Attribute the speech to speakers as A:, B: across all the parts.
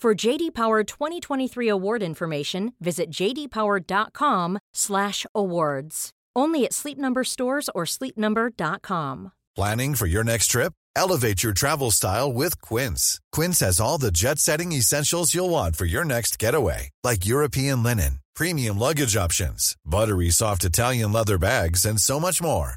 A: For JD Power 2023 award information, visit jdpower.com/awards. Only at Sleep Number stores or sleepnumber.com.
B: Planning for your next trip? Elevate your travel style with Quince. Quince has all the jet setting essentials you'll want for your next getaway, like European linen, premium luggage options, buttery soft Italian leather bags, and so much more.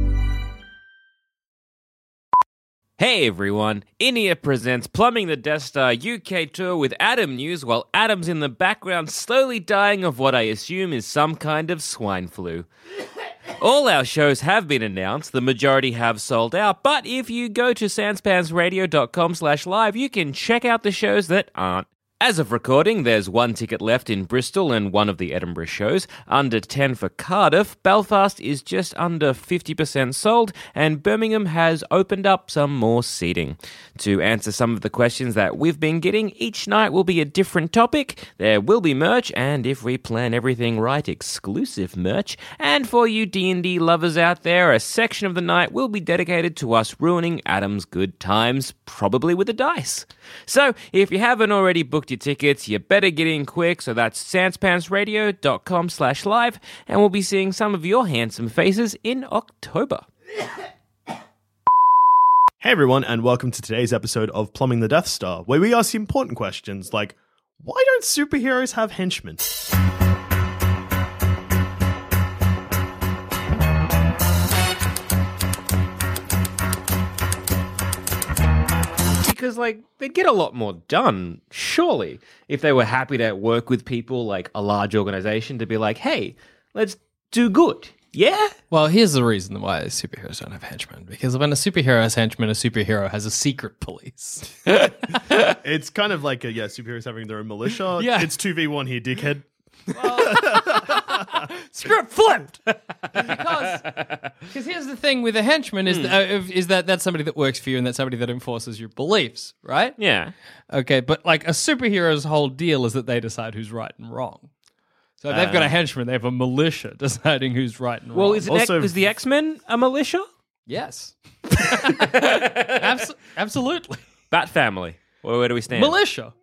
C: Hey everyone, Inia presents Plumbing the Death Star UK tour with Adam News while Adam's in the background slowly dying of what I assume is some kind of swine flu. All our shows have been announced, the majority have sold out, but if you go to sanspansradio.com slash live, you can check out the shows that aren't. As of recording, there's one ticket left in Bristol and one of the Edinburgh shows, under 10 for Cardiff, Belfast is just under 50% sold, and Birmingham has opened up some more seating. To answer some of the questions that we've been getting, each night will be a different topic, there will be merch, and if we plan everything right, exclusive merch. And for you D&D lovers out there, a section of the night will be dedicated to us ruining Adam's good times, probably with a dice. So, if you haven't already booked your tickets, you better get in quick. So that's sanspantsradio.com slash live, and we'll be seeing some of your handsome faces in October.
D: Hey everyone, and welcome to today's episode of Plumbing the Death Star, where we ask important questions like why don't superheroes have henchmen?
C: because like they'd get a lot more done surely if they were happy to work with people like a large organization to be like hey let's do good Yeah.
E: Well, here's the reason why superheroes don't have henchmen. Because when a superhero has henchmen, a superhero has a secret police.
D: It's kind of like a yeah, superheroes having their own militia.
E: Yeah.
D: it's two v one here, dickhead.
E: Script flipped. because 'cause here's the thing with a henchman
C: Hmm.
E: is that, uh, is that that's somebody that works for you and that's somebody that enforces your beliefs, right?
C: Yeah.
E: Okay, but like a superhero's whole deal is that they decide who's right and wrong. So if they've got a henchman, they have a militia deciding who's right and wrong.
C: Ah. Well, is it
D: Also-
C: is the X Men a militia?
E: yes, Abso- absolutely
C: Bat Family. Where, where do we stand?
E: militia.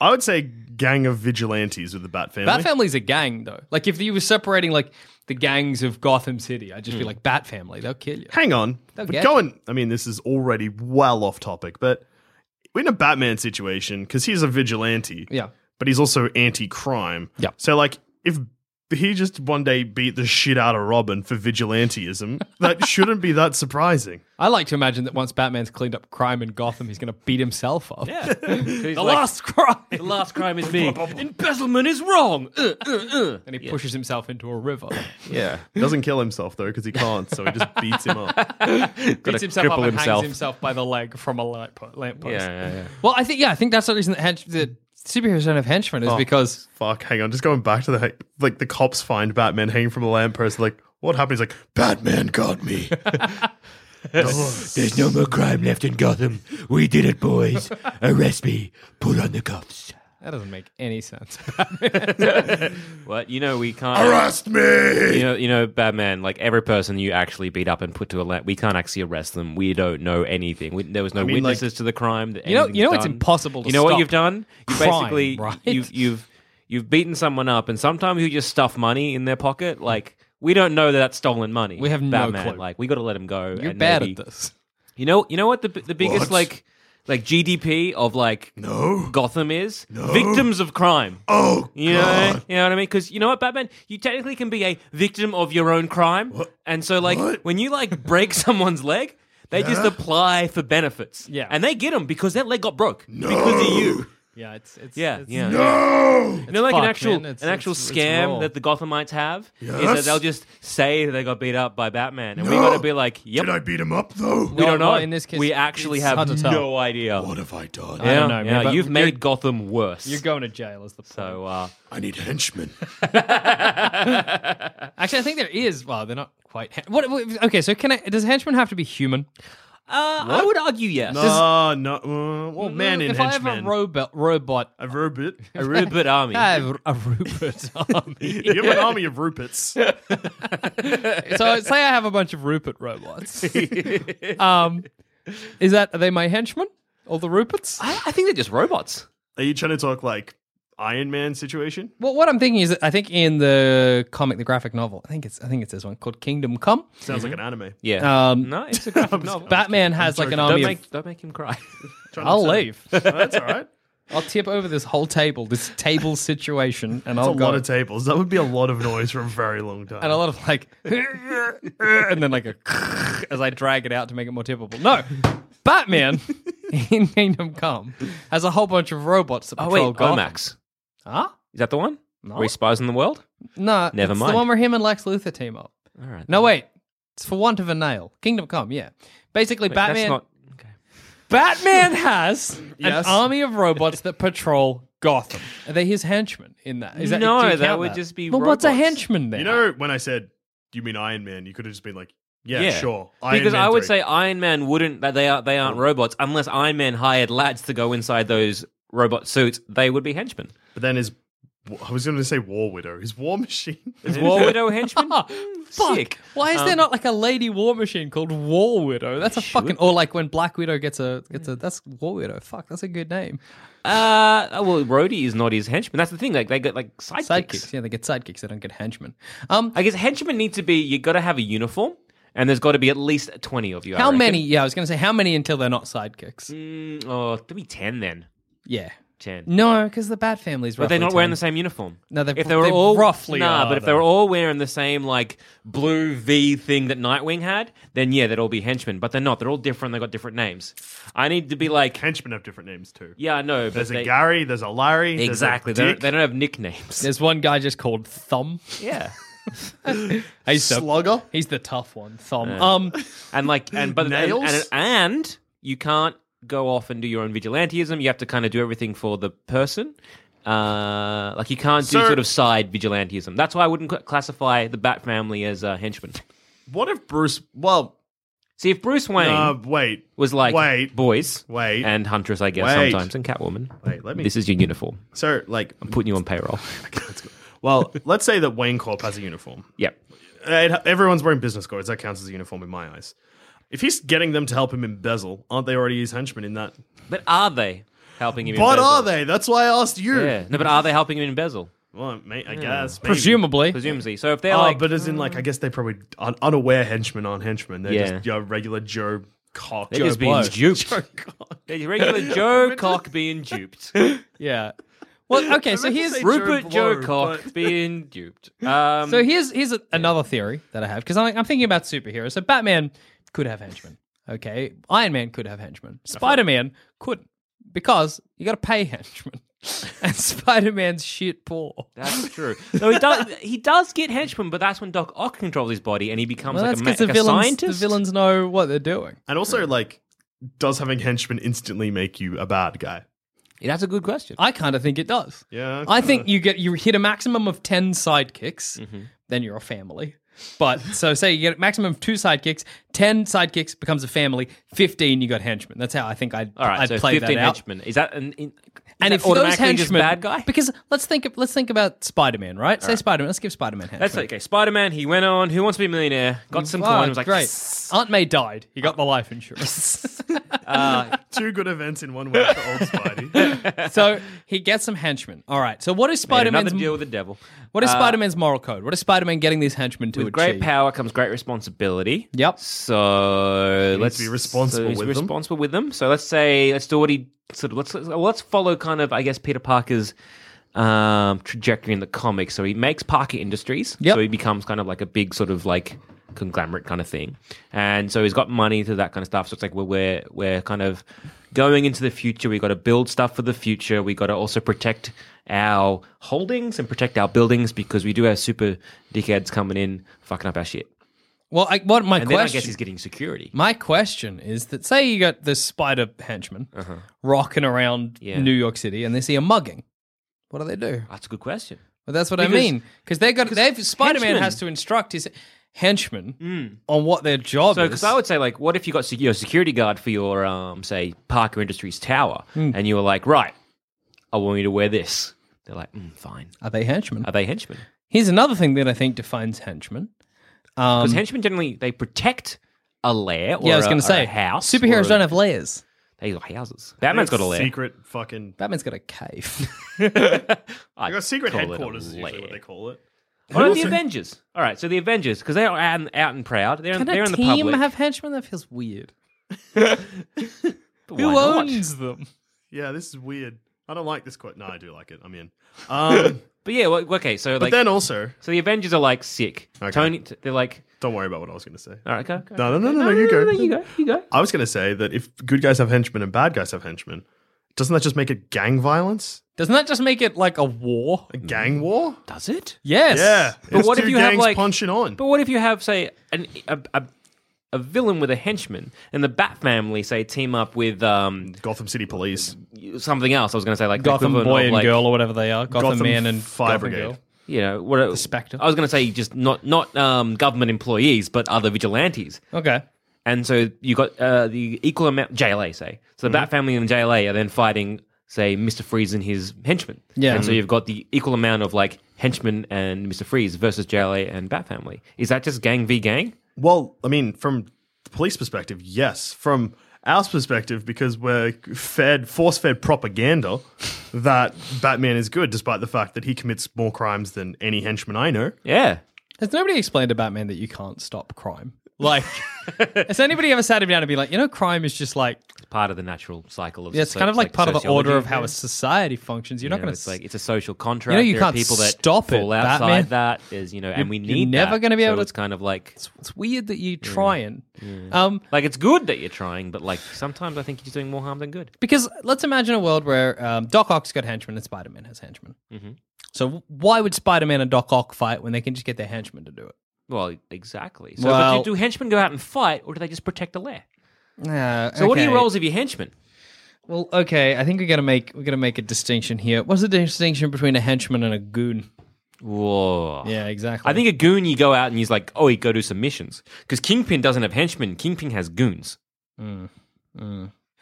D: I would say gang of vigilantes with the Bat family.
E: Bat Family's a gang though. Like if you were separating like the gangs of Gotham City, I'd just be like Bat Family. They'll kill you.
D: Hang on,
E: They'll
D: but
E: get
D: going. I mean, this is already well off topic, but we're in a Batman situation because he's a vigilante.
E: Yeah.
D: but he's also anti-crime.
E: Yeah.
D: So like, if he just one day beat the shit out of Robin for vigilanteism, that shouldn't be that surprising.
E: I like to imagine that once Batman's cleaned up crime in Gotham, he's going to beat himself up. Yeah.
C: He's
E: The
C: like,
E: last crime.
C: the last crime is me. Embezzlement is wrong. Uh, uh, uh.
E: And he pushes himself into a river.
C: Yeah.
D: He doesn't kill himself though because he can't, so he just beats him up.
E: beats himself up
C: cripple
E: and hangs
C: himself.
E: himself by the leg from a lamp po- lamppost.
C: Yeah, yeah, yeah.
E: Well, I think yeah, I think that's the reason that, hench- that superheroes don't have henchmen is because
D: Fuck. Hang on. Just going back to the like the cops find Batman hanging from a lamppost. Like, what happened? He's like, Batman got me.
F: There's no more crime left in Gotham. We did it, boys. Arrest me. Put on the cuffs.
E: that doesn't make any sense.
C: What? You know we can't.
F: Arrest me.
C: You know, you know, Batman. Like every person you actually beat up and put to a lamp, we can't actually arrest them. We don't know anything. We, there was no
D: mean, like-
C: witnesses to the crime. That
E: You know-
C: anything's
E: you know it's
C: done.
E: impossible to
C: you know what
E: stop
C: you've done? You
E: crime,
C: basically
E: right?
C: you've you've you've beaten someone up, and sometimes you just stuff money in their pocket. Like we don't know that that's stolen money.
E: We have no
C: Batman.
E: clue.
C: Like we got to let him go.
E: You're
C: and
E: bad
C: maybe-
E: at this.
C: You know, you know what the b- the biggest like like GDP of like
F: No.
C: Gotham is victims of crime.
F: Oh,
C: You know, eh? you know what I mean? Because you know what, Batman, you technically can be a victim of your own crime, and so like
F: What?
C: when you like break someone's leg, they just apply for benefits,
E: Yeah.
C: and they get them because their leg got broke because of you.
E: Yeah, it's it's
C: Yeah,
E: it's-
C: yeah.
F: no.
C: You know, like
E: fucked,
C: an actual
E: man. It's-
C: an actual
E: it's- it's
C: scam
E: raw.
C: that the Gothamites have is that
F: Yes.
C: they'll just say they got beat up by Batman, and we
F: No.
C: got to be like, yep,
F: Did I beat him up, though?
C: we don't
E: No,
C: know.
E: no, in this case,
C: we actually
E: it's
C: have
E: hard to tell.
C: no idea.
F: What have I done?
C: yeah,
E: don't know, man,
C: yeah,
E: but
C: you've
E: you're-
C: made Gotham worse.
E: You're going to jail is the point.
C: so uh,
F: I need henchmen.
E: Actually, I think there is. Well, they're not quite. Hen- what, what- Okay, so can I? Does a henchman have to be human?
C: uh, I would argue yes.
D: no, no. Uh, well, man in
E: if I have
D: henchman.
E: a robot, robot,
D: a robot.
C: A Rupert army.
E: I have a Rupert army.
D: You have an army of Ruperts.
E: so say I have a bunch of Rupert robots. um, is that are they my henchmen? All the Ruperts?
C: I, I think they're just robots.
D: Are you trying to talk like Iron Man situation?
E: Well, what I'm thinking is, that I think in the comic, the graphic novel, I think it's, I think it's this one called Kingdom Come.
D: Sounds like an anime.
C: Yeah.
E: Um,
C: no, it's a graphic novel.
E: Batman has like an
C: Don't
E: army.
C: make,
E: of,
C: don't make him cry.
E: I'll leave.
D: That's all right.
E: I'll tip over this whole table, this table situation, and
C: Oh,
D: That's
E: I'll
D: a
E: go.
D: lot of tables. That would be a lot of noise for a very long time.
E: and a lot of like, and then like a as I drag it out to make it more typical. No, Batman in Kingdom Come has a whole bunch of robots that
C: oh,
E: patrol
C: wait.
E: Gotham.
C: Omax.
E: Huh?
C: Is that the one?
E: No.
C: Where he spies on the world?
E: No,
C: Never
E: it's
C: mind.
E: The one where him and Lex Luthor team up.
C: All right.
E: No, wait. It's for want of a nail. Kingdom Come, yeah. Basically,
C: Wait, That's
E: Batman.
C: not. Okay.
E: Batman has
D: Yes.
E: an army of robots that patrol Gotham. Are they his henchmen in that? Is that
C: No,
E: do you
C: that
E: count
C: would just be
E: Well, what's a
C: robots.
E: henchman then?
D: you know, when I said, you mean Iron Man, you could have just been like, yeah,
C: Yeah.
D: sure.
C: because I would
D: 3.
C: say Iron Man wouldn't. That they are. They aren't robots unless Iron Man hired lads to go inside those robot suits. They would be henchmen.
D: But then his. I was going to say War Widow. His War Machine.
C: Is War Widow a henchman?
E: Ah, fuck.
C: Mm, Sick. Um,
E: Why is there not like a lady war machine called War Widow? That's a fucking or like when Black Widow gets a gets a that's War Widow. Fuck, that's a good name.
C: Uh, well, Rhodey is not his henchman. That's the thing. Like they got like sidekicks.
E: Sidekicks, yeah, they get sidekicks. They don't get henchmen. Um,
C: I guess henchmen need to be. You got to have a uniform, and there's got to be at least twenty of you. I
E: how
C: reckon.
E: many? Yeah, I was gonna say how many until they're not sidekicks.
C: Mm, oh, do we ten then?
E: Yeah,
C: Ten.
E: no, because the Bat family's.
C: But they're not wearing the
E: the
C: same uniform.
E: No, they-
C: if they were
E: they
C: all
E: roughly
C: nah.
E: are,
C: but if they
E: though.
C: were all wearing the same like blue V thing that Nightwing had, then yeah, they'd all be henchmen. But they're not. They're all different. They got different names. I need to be like,
D: Henchmen have different names too.
C: yeah, I know. But
D: There's a
C: they,
D: Gary, there's a Larry.
C: exactly. They
D: There's a
C: don't,
D: Dick.
C: they don't have nicknames.
E: There's one guy just called Thumb.
C: yeah.
E: He's the,
D: Slugger.
E: he's the tough one, Thom.
C: Yeah.
E: Um,
C: And like and but and,
D: Nails?
C: and, and you can't go off and do your own vigilantism. You have to kind of do everything for the person. Uh, like you can't do
D: So-
C: sort of side vigilantism. That's why I wouldn't cl- classify the Bat family as uh, henchmen.
D: What if Bruce? Well,
C: See, if Bruce Wayne
D: uh, wait.
C: was like
D: wait,
C: boys
D: wait.
C: and Huntress, I guess
D: Wait.
C: sometimes, and Catwoman.
D: Wait, let me-
C: This is your uniform.
D: so like,
C: I'm putting you on payroll.
D: well, let's say that Wayne Corp has a uniform.
C: yep.
D: It, everyone's wearing business cards. That counts as a uniform in my eyes. If he's getting them to help him embezzle, aren't they already his henchmen in that?
C: But are they helping him?
D: What
C: embezzle?
D: are they? That's why I asked you.
C: Yeah. No, but are they helping him embezzle?
D: Well, mate, I guess. Maybe.
E: presumably,
C: Presumably. So if they're
D: Oh,
C: like,
D: but as in, like, I guess they probably un- unaware henchmen aren't henchmen. They're
C: Yeah.
D: just your regular Joe cock.
C: they're
D: Joe
C: just being
D: Blow.
C: duped.
D: Joe cock.
C: They're regular Joe Cock being duped.
E: yeah. Well, okay. So
D: meant to
E: here's
D: say Joe
C: Rupert Joe
D: Blow,
C: Cock
D: but-
C: being duped. Um,
E: So here's here's a, another theory that I have because I'm, I'm thinking about superheroes. So Batman could have henchmen. Okay, Iron Man could have henchmen. Spider Man couldn't because you got to pay henchmen, and Spider Man's shit poor.
C: that's true. No, he does. He does get henchmen, but that's when Doc Ock controls his body and he becomes
E: Well,
C: like
E: that's
C: a, ma- like a
E: because the villains the
C: scientist.
E: villains know what they're doing.
D: And also, like, does having henchmen instantly make you a bad guy?
C: Yeah, That's a good question.
E: I kind of think it does.
D: Yeah.
E: I think you get you hit a maximum of ten sidekicks,
C: Mm-hmm.
E: then you're a family. But so say you get a maximum of two sidekicks, ten sidekicks becomes a family, fifteen you got henchmen. That's how I think I'd
C: All right,
E: I'd
C: so
E: play
C: fifteen
E: that out.
C: henchmen. Is that an in,
E: and
C: is
E: if
C: that
E: those
C: automatically just
E: henchmen,
C: bad guy?
E: because let's think of, let's think about Spider Man, right? Say Spider Man. Let's give Spider Man henchmen.
C: That's okay. Spider Man. He went on. Who wants to be a millionaire? Got some
E: Ah,
C: coin. Was like, Oh.
E: great.
C: "Yes."
E: Aunt May died. He got the life insurance.
D: Two good events in one week for old Spidey.
E: so he gets some henchmen. All right. So what is
C: Made
E: Spider
C: another
E: Man's
C: deal with the devil.
E: what is Spider Man's moral code? What is Spider Man getting these henchmen to
C: With
E: achieve?
C: great power comes great responsibility.
E: Yep.
C: So let's
D: be responsible
C: so he's
D: with them.
C: responsible with them. So let's say let's do what he sort of let's let's, let's follow kind of I guess Peter Parker's um, trajectory in the comics. So he makes Parker Industries.
E: Yep.
C: So he becomes kind of like a big sort of like conglomerate kind of thing, and so he's got money to that kind of stuff. So it's like we're we're, we're kind of going into the future. We got to build stuff for the future. We got to also protect our holdings and protect our buildings because we do have super dickheads coming in fucking up our shit.
E: Well, I, what my
C: And then I guess
E: question?
C: he's getting security.
E: my question is that say you got this Spider henchman rocking around
C: Uh-huh. Yeah.
E: New York City and they see a mugging. What do they do?
C: That's a good question.
E: Well, that's what I
C: Because-
E: mean. Because they got they've Spider Man
C: henchmen- Mm.
E: has to instruct his henchmen on what their job
C: So,
E: is.
C: because I would say, like, what if you got sec- your security guard for your, um, say, Parker Industries tower,
E: Hmm.
C: and you were like, right, I want you to wear this. They're like, mm, fine.
E: Are they henchmen?
C: Are they henchmen?
E: Here's another thing that I think defines henchmen.
C: Because henchmen generally they protect a lair. Or
E: Um, yeah, I was
C: going to
E: say
C: house. or
E: Superheroes
C: a-
E: don't have layers.
C: They got houses. Batman's got a lair.
D: Secret fucking.
E: Batman's got a cave.
C: I
D: They got secret
C: call it a
D: headquarters, is usually
C: lair.
D: what they call it.
C: What are the Avengers? All right, so the Avengers because they're out and, out and proud. They're in,
E: Can
C: they're
E: a
C: in the
E: team
C: public.
E: have henchmen? That feels weird.
C: Why
E: Who
C: not?
E: owns them?
D: Yeah, this is weird. I don't like this quite. No, I do like it. I'm in. Um,
C: But yeah, well, okay. So
D: but
C: like,
D: then also,
C: so the Avengers are like sick.
D: Okay.
C: Tony, t- they're like,
D: don't worry about what I was going to say.
C: all right, go, go.
D: No, no, no, no, no, you go.
C: you go, you go.
D: I was going to say that if good guys have henchmen and bad guys have henchmen, doesn't that just make it gang violence?
E: Doesn't that just make it like a war?
D: A gang war?
C: Does it?
E: Yes.
D: Yeah.
C: Mm. But
D: it's
C: what if
D: two
C: you have,
D: gangs
C: like-
D: punching on?
C: But what if you have, say, an, a, a, a villain with a henchman, and the Bat family, say, team up with um,
D: Gotham City Police,
C: something else? I was going to say, like the
E: Gotham
C: equivalent
E: boy
C: of,
E: and
C: like,
E: girl or whatever they are. Gotham,
D: Gotham
E: man and
D: Fire
E: Gotham
D: Brigade.
E: girl.
C: You know, what the
E: Spectre.
C: I was going to say, just not not um, government employees, but other vigilantes.
E: Okay.
C: And so you got uh, the equal amount JLA, say. So the
E: Mm-hmm.
C: Bat family and the JLA are then fighting, say, Mister Freeze and his henchmen.
E: Yeah.
C: And so you've got the equal amount of like henchmen and Mister Freeze versus JLA and Bat family. Is that just gang v gang?
D: Well, I mean, from the police perspective, yes. From our perspective, because we're fed, force fed propaganda that Batman is good, despite the fact that he commits more crimes than any henchman I know.
C: Yeah.
E: Has nobody explained to Batman that you can't stop crime? Like, has anybody ever sat him down and be like, you know, crime is just like
C: It's part of the natural cycle of
E: yeah, it's
C: so-
E: kind of like, part of the
C: sociology.
E: order of how
C: Yeah.
E: a society functions. You're
C: You
E: not
C: know,
E: going
C: it's
E: to
C: like it's a social contract.
E: You know, you
C: there are
E: can't
C: people that
E: stop it,
C: fall outside
E: Batman.
C: that. Is you know, and
E: You're-
C: we
E: you're
C: need.
E: never
C: that.
E: gonna be
C: So
E: able to-
C: It's kind of like
E: It's weird that you try and um
C: like it's good that you're trying, but like sometimes I think you're doing more harm than good.
E: because let's imagine a world where um, Doc Ock's got henchmen and Spider Man has henchmen. So w- why would Spider Man and Doc Ock fight when they can just get their henchmen to do it?
C: Well, exactly. So, but
E: Well-
C: do, do henchmen go out and fight, or do they just protect the lair?
E: Uh,
C: So, what are your roles of your henchmen?
E: Well, okay, I think we got to make we got to make a distinction here. What's the distinction between a henchman and a goon?
C: Whoa.
E: Yeah, exactly.
C: I think a goon, you go out and he's like, oh, you go do some missions. Because Kingpin doesn't have henchmen. Kingpin has goons.
E: I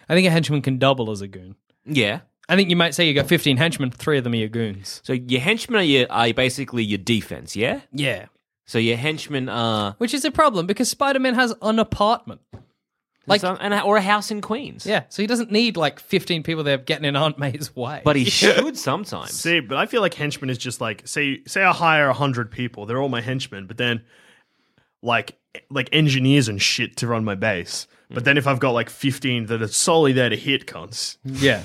E: think a henchman can double as a goon.
C: Yeah.
E: I think you might say you got 15 henchmen, three of them are your goons.
C: So your henchmen are, your, are basically your defense, yeah?
E: Yeah.
C: So your uh, henchmen are...
E: Which is a problem because Spider Man has an apartment.
C: Like,
E: Like-
C: and or a house in Queens.
E: Yeah, so he doesn't need like 15 people there getting in Aunt May's way.
C: But he should sometimes.
D: See, but I feel like henchman is just like say say I hire hundred people, they're all my henchmen, but then like like engineers and shit to run my base. But then if I've got like fifteen that are solely there to hit cunts,
E: yeah.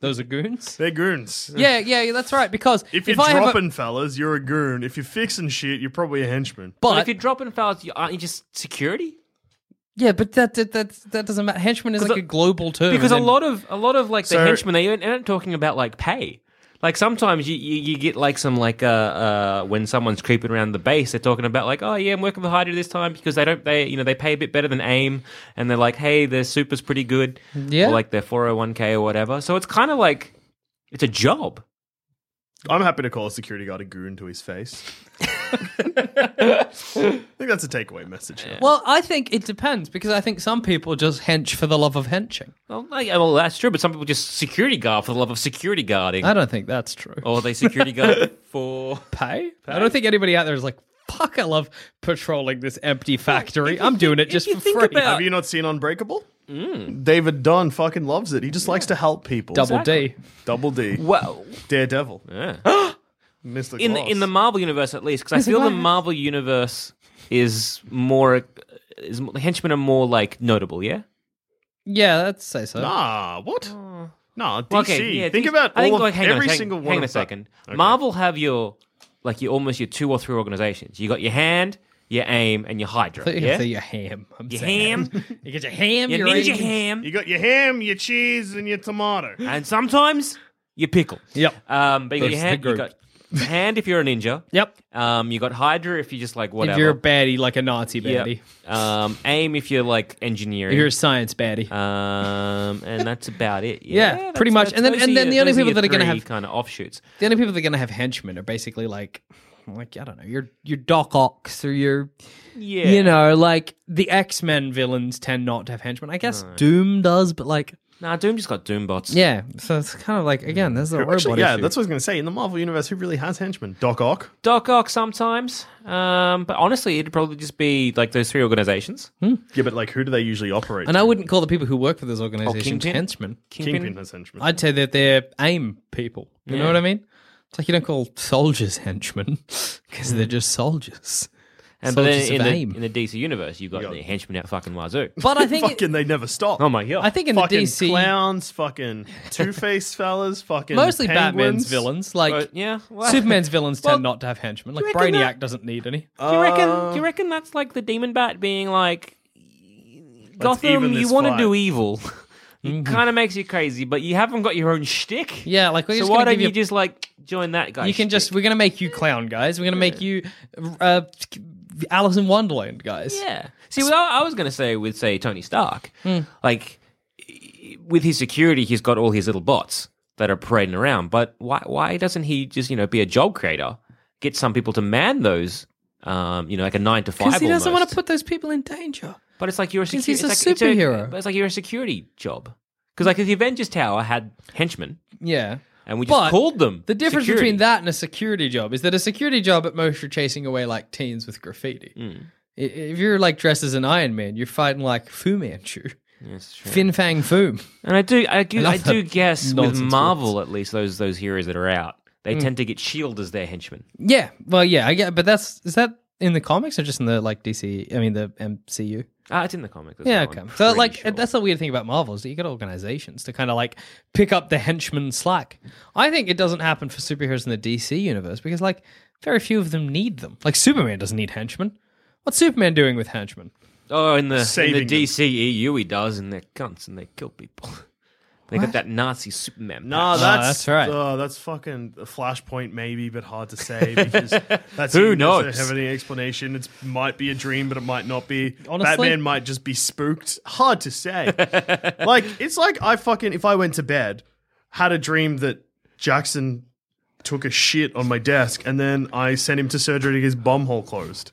E: Those are goons?
D: they're goons.
E: Yeah, yeah, that's right. Because
D: If you're
E: I have a-
D: dropping fellas, you're a goon. If you're fixing shit, you're probably a henchman.
C: But if
E: but
C: you're dropping files, you, aren't you just security?
E: yeah, but that that that, that doesn't matter. Henchman is like
C: a-
E: a global term.
C: Because a
E: and then-
C: lot of a lot of like the
D: So-
C: henchmen, they aren't, aren't talking about like pay. Like sometimes you, you, you get like some like uh, uh when someone's creeping around the base, they're talking about like oh yeah I'm working for Hydra this time because they don't they you know they pay a bit better than AIM and they're like hey their super's pretty good
E: Yeah.
C: or like their 401k or whatever. So it's kind of like it's a job.
D: I'm happy to call a security guard a goon to his face. I think that's a takeaway message.
E: Well, I think it depends because I think some people just hench for the love of henching.
C: Well, like, well that's true, but some people just security guard for the love of security guarding,
E: I don't think that's true.
C: or they security guard for
E: pay? I don't think anybody out there is like, fuck, I love patrolling this empty factory. I'm doing it just
C: you
E: for
C: think
E: free.
C: about-
D: Have you not seen Unbreakable? David Dunn fucking loves it. He just likes to help people.
E: Mm. Double D.
D: Double D.
C: well
D: Daredevil. Mr.
C: in the,
D: Glass.
C: in the Marvel universe at least, because I feel the Marvel universe is more is the henchmen are more like notable. Yeah.
E: Yeah, I'd say so.
D: Nah, Ah, what? Nah, DC.
C: Oh. okay. Yeah,
D: think
C: these-
D: about
C: I
D: all
C: think
D: of
C: like hang on a
D: every
C: sec-
D: single one.
C: Hang on a
D: of that-
C: second. Marvel have your like your almost your two or three organizations. You got your hand, your aim, and your Hydra.
E: But you
C: yeah.
E: say your ham. I'm
C: Your
E: saying.
C: ham.
E: you get your ham.
C: your
E: your
C: ninja
E: ham.
C: ham.
D: You got your ham, your cheese, and your tomato.
C: and sometimes your pickle.
E: Yep.
C: Um, but you got your
E: That's the
C: hand. You
E: group.
C: got hand if you're a ninja.
E: Yep.
C: Um, you got Hydra if you're just like whatever.
E: If you're a baddie, like a Nazi
C: Yep.
E: baddie.
C: Um, aim if you're like engineering.
E: If you're a science
C: Uh.
E: baddie.
C: Um, and that's about it.
E: Yeah,
C: Yeah, that's-
E: pretty much.
C: that's-
E: And then-
C: those
E: and
C: are
E: then
C: your-
E: the only
C: those are
E: people
C: your
E: that are gonna
C: three
E: have-
C: kind of offshoots.
E: the only people that are going to have henchmen are basically like, like I don't know, your your Doc Ox or your,
C: Yeah,
E: you know, like the X Men villains tend not to have henchmen. I guess Doom does, but like,
C: Nah, Doom just got Doom bots.
E: yeah. So it's kind of like again, there's a robot
D: Actually, yeah,
E: issue.
D: that's what I was going to say. In the Marvel universe, who really has henchmen? Doc Ock.
C: Doc Ock sometimes. Um, but honestly, it'd probably just be like those three organizations.
E: Hmm.
D: Yeah, but like, who do they usually operate?
E: and I
D: through?
E: wouldn't call the people who work for those organizations
C: Kingpin?
E: henchmen.
D: Kingpin, has henchmen.
E: I'd say that they're aim people. You
C: Yeah.
E: know what I mean? It's like you don't call soldiers henchmen because they're just soldiers.
C: And but then
E: Soldiers
C: in
E: of
C: the,
E: AIM.
C: in the DC universe, you've got
D: got-
C: the henchmen out fucking wazoo.
E: But I think
D: fucking, they never stop.
C: Oh my god!
E: I think in the
D: fucking
E: DC,
D: clowns, fucking Two Face fellas, fucking
E: mostly
D: penguins.
E: Batman's villains, like
C: But, yeah, well-
E: Superman's villains tend
C: Well,
E: not to have henchmen. Like
C: you reckon
E: Brainiac
C: that- Oh,
E: doesn't need any.
C: do you reckon? Do
E: Uh,
C: you reckon that's like the Demon Bat being like Gotham?
D: even
C: You
D: this
C: want to
D: fight.
C: do evil. It kind of makes you crazy, but you haven't got your own shtick.
E: Mm-hmm. Yeah, like we're
C: So
E: just
C: why
E: gonna
C: don't
E: give
C: you,
E: you-
C: just like join that guy?
E: you can just we're gonna make you clown guys. We're gonna make you uh, Alice in Wonderland guys.
C: Yeah. See, well, I I was going to say with say Tony Stark,
E: Hmm.
C: like i- with his security, he's got all his little bots that are parading around. But why why doesn't he just you know be a job creator, get some people to man those? Um, you know, like a nine to five.
E: Because he doesn't want
C: almost.
E: to put those people in danger.
C: But it's like you're a
E: 'Cause
C: security.
E: he's a
C: it's like, It's a,
E: superhero.
C: but it's like you're a security job. Because like if the Avengers Tower had henchmen,
E: Yeah.
C: and we just
E: But
C: called them.
E: The difference
C: security.
E: between that and a security job is that a security job at most you're chasing away like teens with graffiti.
C: Hmm.
E: I- If you're like dressed as an Iron Man, you're fighting like Fu Manchu,
C: That's true.
E: Fin Fang Foom.
C: And I do, I do,
E: I love
C: I do
E: that
C: guess with
E: nonsense Mm.
C: Marvel at least those those heroes that are out, they tend to get Shield as their henchman.
E: Yeah, well, yeah, I get, but that's is that in the comics or just in the like DC? I mean the MCU.
C: Ah, it's in the comic. as
E: Yeah,
C: well,
E: okay.
C: I'm
E: So
C: pretty
E: like
C: sure.
E: that's the weird thing about Marvel is that you get organizations to kind of like pick up the henchman slack. I think it doesn't happen for superheroes in the DC universe because like very few of them need them. Like Superman doesn't need henchmen. What's Superman doing with henchmen?
C: Oh, in the in the
D: Saving them.
C: DCEU he does, and they're cunts and they kill people. they got that Nazi Superman.
D: No,
C: patch.
D: that's
E: that's right.
D: Uh, that's fucking a flashpoint, maybe, but hard to say because that's
C: Who
D: it doesn't
C: knows?
D: Have any explanation? It might be a dream, but it might not be.
E: Honestly-
D: Batman might just be spooked. Hard to say. like it's like I fucking if I went to bed, had a dream that Jackson took a shit on my desk, and then I sent him to surgery to get his bum hole closed.